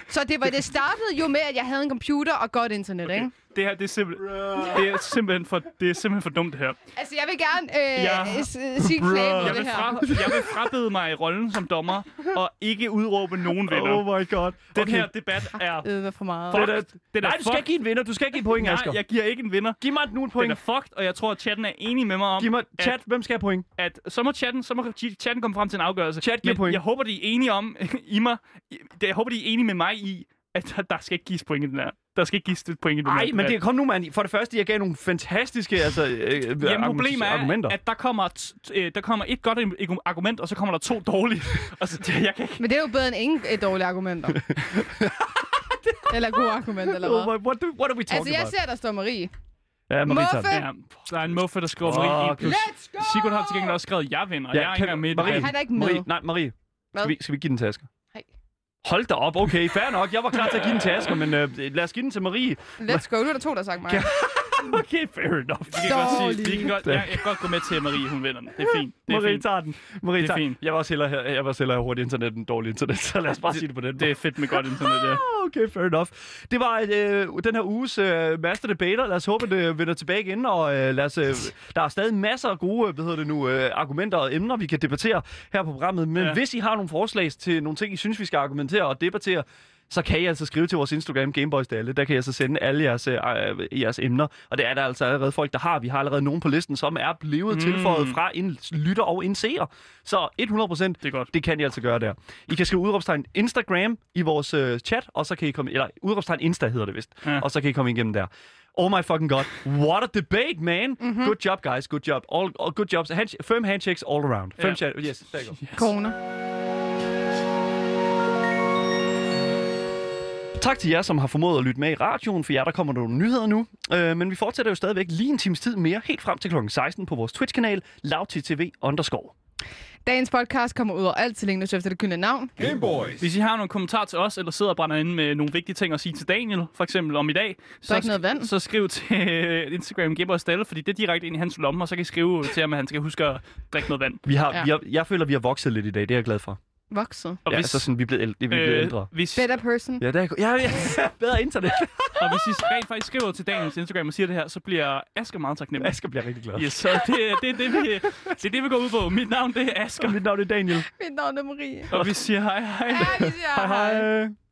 Speaker 1: Så det, var, det startede jo med, at jeg havde en computer og godt internet, okay. ikke?
Speaker 4: Det her, det er, simpel, det, er simpelthen for, det er simpelthen for dumt, det her.
Speaker 1: Altså, jeg vil gerne øh,
Speaker 4: Ja.
Speaker 1: ja. sige klage
Speaker 4: Jeg
Speaker 1: på
Speaker 4: vil,
Speaker 1: det
Speaker 4: fra,
Speaker 1: her.
Speaker 4: jeg vil frabede mig i rollen som dommer, og ikke udråbe nogen vinder.
Speaker 2: Oh
Speaker 4: Oh,
Speaker 2: my god.
Speaker 4: Den her debat er...
Speaker 1: Øh, hvad for meget.
Speaker 4: Fuck.
Speaker 2: Det er da-
Speaker 4: Det er da
Speaker 2: Nej, du skal
Speaker 4: fuck.
Speaker 2: ikke give en vinder. Du skal ikke give point,
Speaker 4: Nej,
Speaker 2: Asger.
Speaker 4: jeg giver ikke en vinder.
Speaker 2: Giv mig nu en
Speaker 4: Den er
Speaker 2: point.
Speaker 4: fucked, og jeg tror, at chatten er enig med mig om,
Speaker 2: Giv mig
Speaker 4: at-
Speaker 2: chat. Hvem skal have point?
Speaker 4: at så må chatten, så må chatten komme frem til en afgørelse.
Speaker 2: Chat giver
Speaker 4: Men
Speaker 2: point.
Speaker 4: Jeg håber, de er enige om i mig. Jeg håber, de er enige med mig i, at der, der skal ikke gives point i den her. Der skal ikke gives et point i den her.
Speaker 2: Nej, men
Speaker 4: debat.
Speaker 2: det kom nu, mand. For det første, jeg gav nogle fantastiske altså, øh,
Speaker 4: Jamen,
Speaker 2: argument-
Speaker 4: problemet er,
Speaker 2: argumenter.
Speaker 4: at der kommer, t- øh, der kommer et godt im- argument, og så kommer der to dårlige. og så, jeg kan ikke...
Speaker 1: Men det er jo bedre end ingen øh, dårlige argumenter. eller gode argumenter, eller
Speaker 2: Oh
Speaker 1: hvad?
Speaker 2: my, what, do, what are we talking
Speaker 1: Altså, jeg
Speaker 2: about?
Speaker 1: ser, der står Marie.
Speaker 2: Ja,
Speaker 1: Muffe!
Speaker 2: Tager den.
Speaker 4: Ja, der er en muffe, der skriver
Speaker 2: Åh,
Speaker 4: Marie
Speaker 2: Gud.
Speaker 4: oh,
Speaker 1: Let's go!
Speaker 4: Sigurd har til gengæld også skrevet, jeg vinder, og jeg er ikke engang med i
Speaker 2: Marie,
Speaker 4: debatten.
Speaker 1: Han er ikke med.
Speaker 2: Marie, nej, Marie.
Speaker 1: Hvad?
Speaker 2: Skal vi, skal vi give den tasker?
Speaker 1: Nej.
Speaker 2: Hold da op, okay, fair nok. Jeg var klar til at give den tasker, men øh, lad os give den til Marie.
Speaker 1: Let's go. Nu er der to, der har sagt mig.
Speaker 2: Ja. Okay, fair enough.
Speaker 4: Vi kan godt sige, vi
Speaker 1: Dårlige.
Speaker 4: kan godt, jeg, jeg kan godt gå med til, at Marie hun vinder den. Det er fint. Det er
Speaker 2: Marie
Speaker 4: fint.
Speaker 2: tager den. Marie
Speaker 4: Det er
Speaker 2: tager den.
Speaker 4: fint.
Speaker 2: Jeg var også hellere, jeg var også hellere have hurtigt internet end dårligt internet, så lad os bare sige det på den
Speaker 4: Det er fedt med godt internet, ja.
Speaker 2: Ah, Okay, fair enough. Det var øh, den her uges øh, Master Debater. Lad os håbe, at det vender tilbage igen, og øh, lad os, øh, der er stadig masser af gode øh, hvad hedder det nu, øh, argumenter og emner, vi kan debattere her på programmet. Men ja.
Speaker 4: Ja.
Speaker 2: hvis I har nogle forslag til nogle ting, I synes, vi skal argumentere og debattere, så kan I altså skrive til vores Instagram, Gameboys Dalle. Der kan I altså sende alle jeres, øh, øh, jeres emner. Og det er der altså allerede folk, der har. Vi har allerede nogen på listen, som er blevet mm. tilføjet fra en lytter og en seer. Så 100 procent,
Speaker 4: Det er godt.
Speaker 2: det kan I altså gøre der. I kan skrive udråbstegn Instagram i vores øh, chat, og så kan I komme, eller udråbstegn Insta hedder det vist, ja.
Speaker 4: Ja.
Speaker 2: og så kan I komme igennem der. Oh my fucking god. What a debate, man. Mm-hmm. Good job, guys. Good job. All, all good jobs. Hand, firm handshakes all around. Firm
Speaker 4: Ja.
Speaker 2: shake- Yes, there you go.
Speaker 1: Corner.
Speaker 2: Tak til jer, som har formået at lytte med i radioen. For jer, der kommer nogle nyheder nu. Øh, men vi fortsætter jo stadigvæk lige en times tid mere, helt frem til kl. 16 på vores Twitch-kanal, lavttv underscore.
Speaker 1: Dagens podcast kommer ud over alt til længe efter det gyldne navn.
Speaker 6: Game Boys.
Speaker 4: Hvis I har nogle kommentarer til os, eller sidder og brænder inde med nogle vigtige ting at sige til Daniel, for eksempel om i dag, så,
Speaker 1: ikke noget
Speaker 4: sk-
Speaker 1: vand.
Speaker 4: så skriv til øh, Instagram Gibber og Stalle, fordi det er direkte ind i hans lomme, og så kan I skrive til ham, at han skal huske at drikke noget vand.
Speaker 2: Vi har, ja.
Speaker 1: Ja.
Speaker 2: vi har, jeg føler, vi har vokset lidt i dag. Det er jeg glad for.
Speaker 1: Vokset.
Speaker 4: Og
Speaker 2: Ja,
Speaker 4: hvis, Øh,
Speaker 2: så sådan, vi er blevet, ældre, vi er blevet ældre.
Speaker 4: hvis,
Speaker 1: Better person.
Speaker 2: Ja, der er, ja, ja, bedre internet.
Speaker 4: og hvis I rent faktisk skriver til Daniels Instagram og siger det her, så bliver Asger meget taknemmelig.
Speaker 2: Asger bliver rigtig glad.
Speaker 4: Yes, så det, det, er det, vi, det er det, vi går ud på. Mit navn det er Asger,
Speaker 2: Mit navn er Daniel.
Speaker 1: Mit navn er Marie.
Speaker 4: og vi siger hej hej.
Speaker 1: Ja, vi siger hej.
Speaker 2: Hej.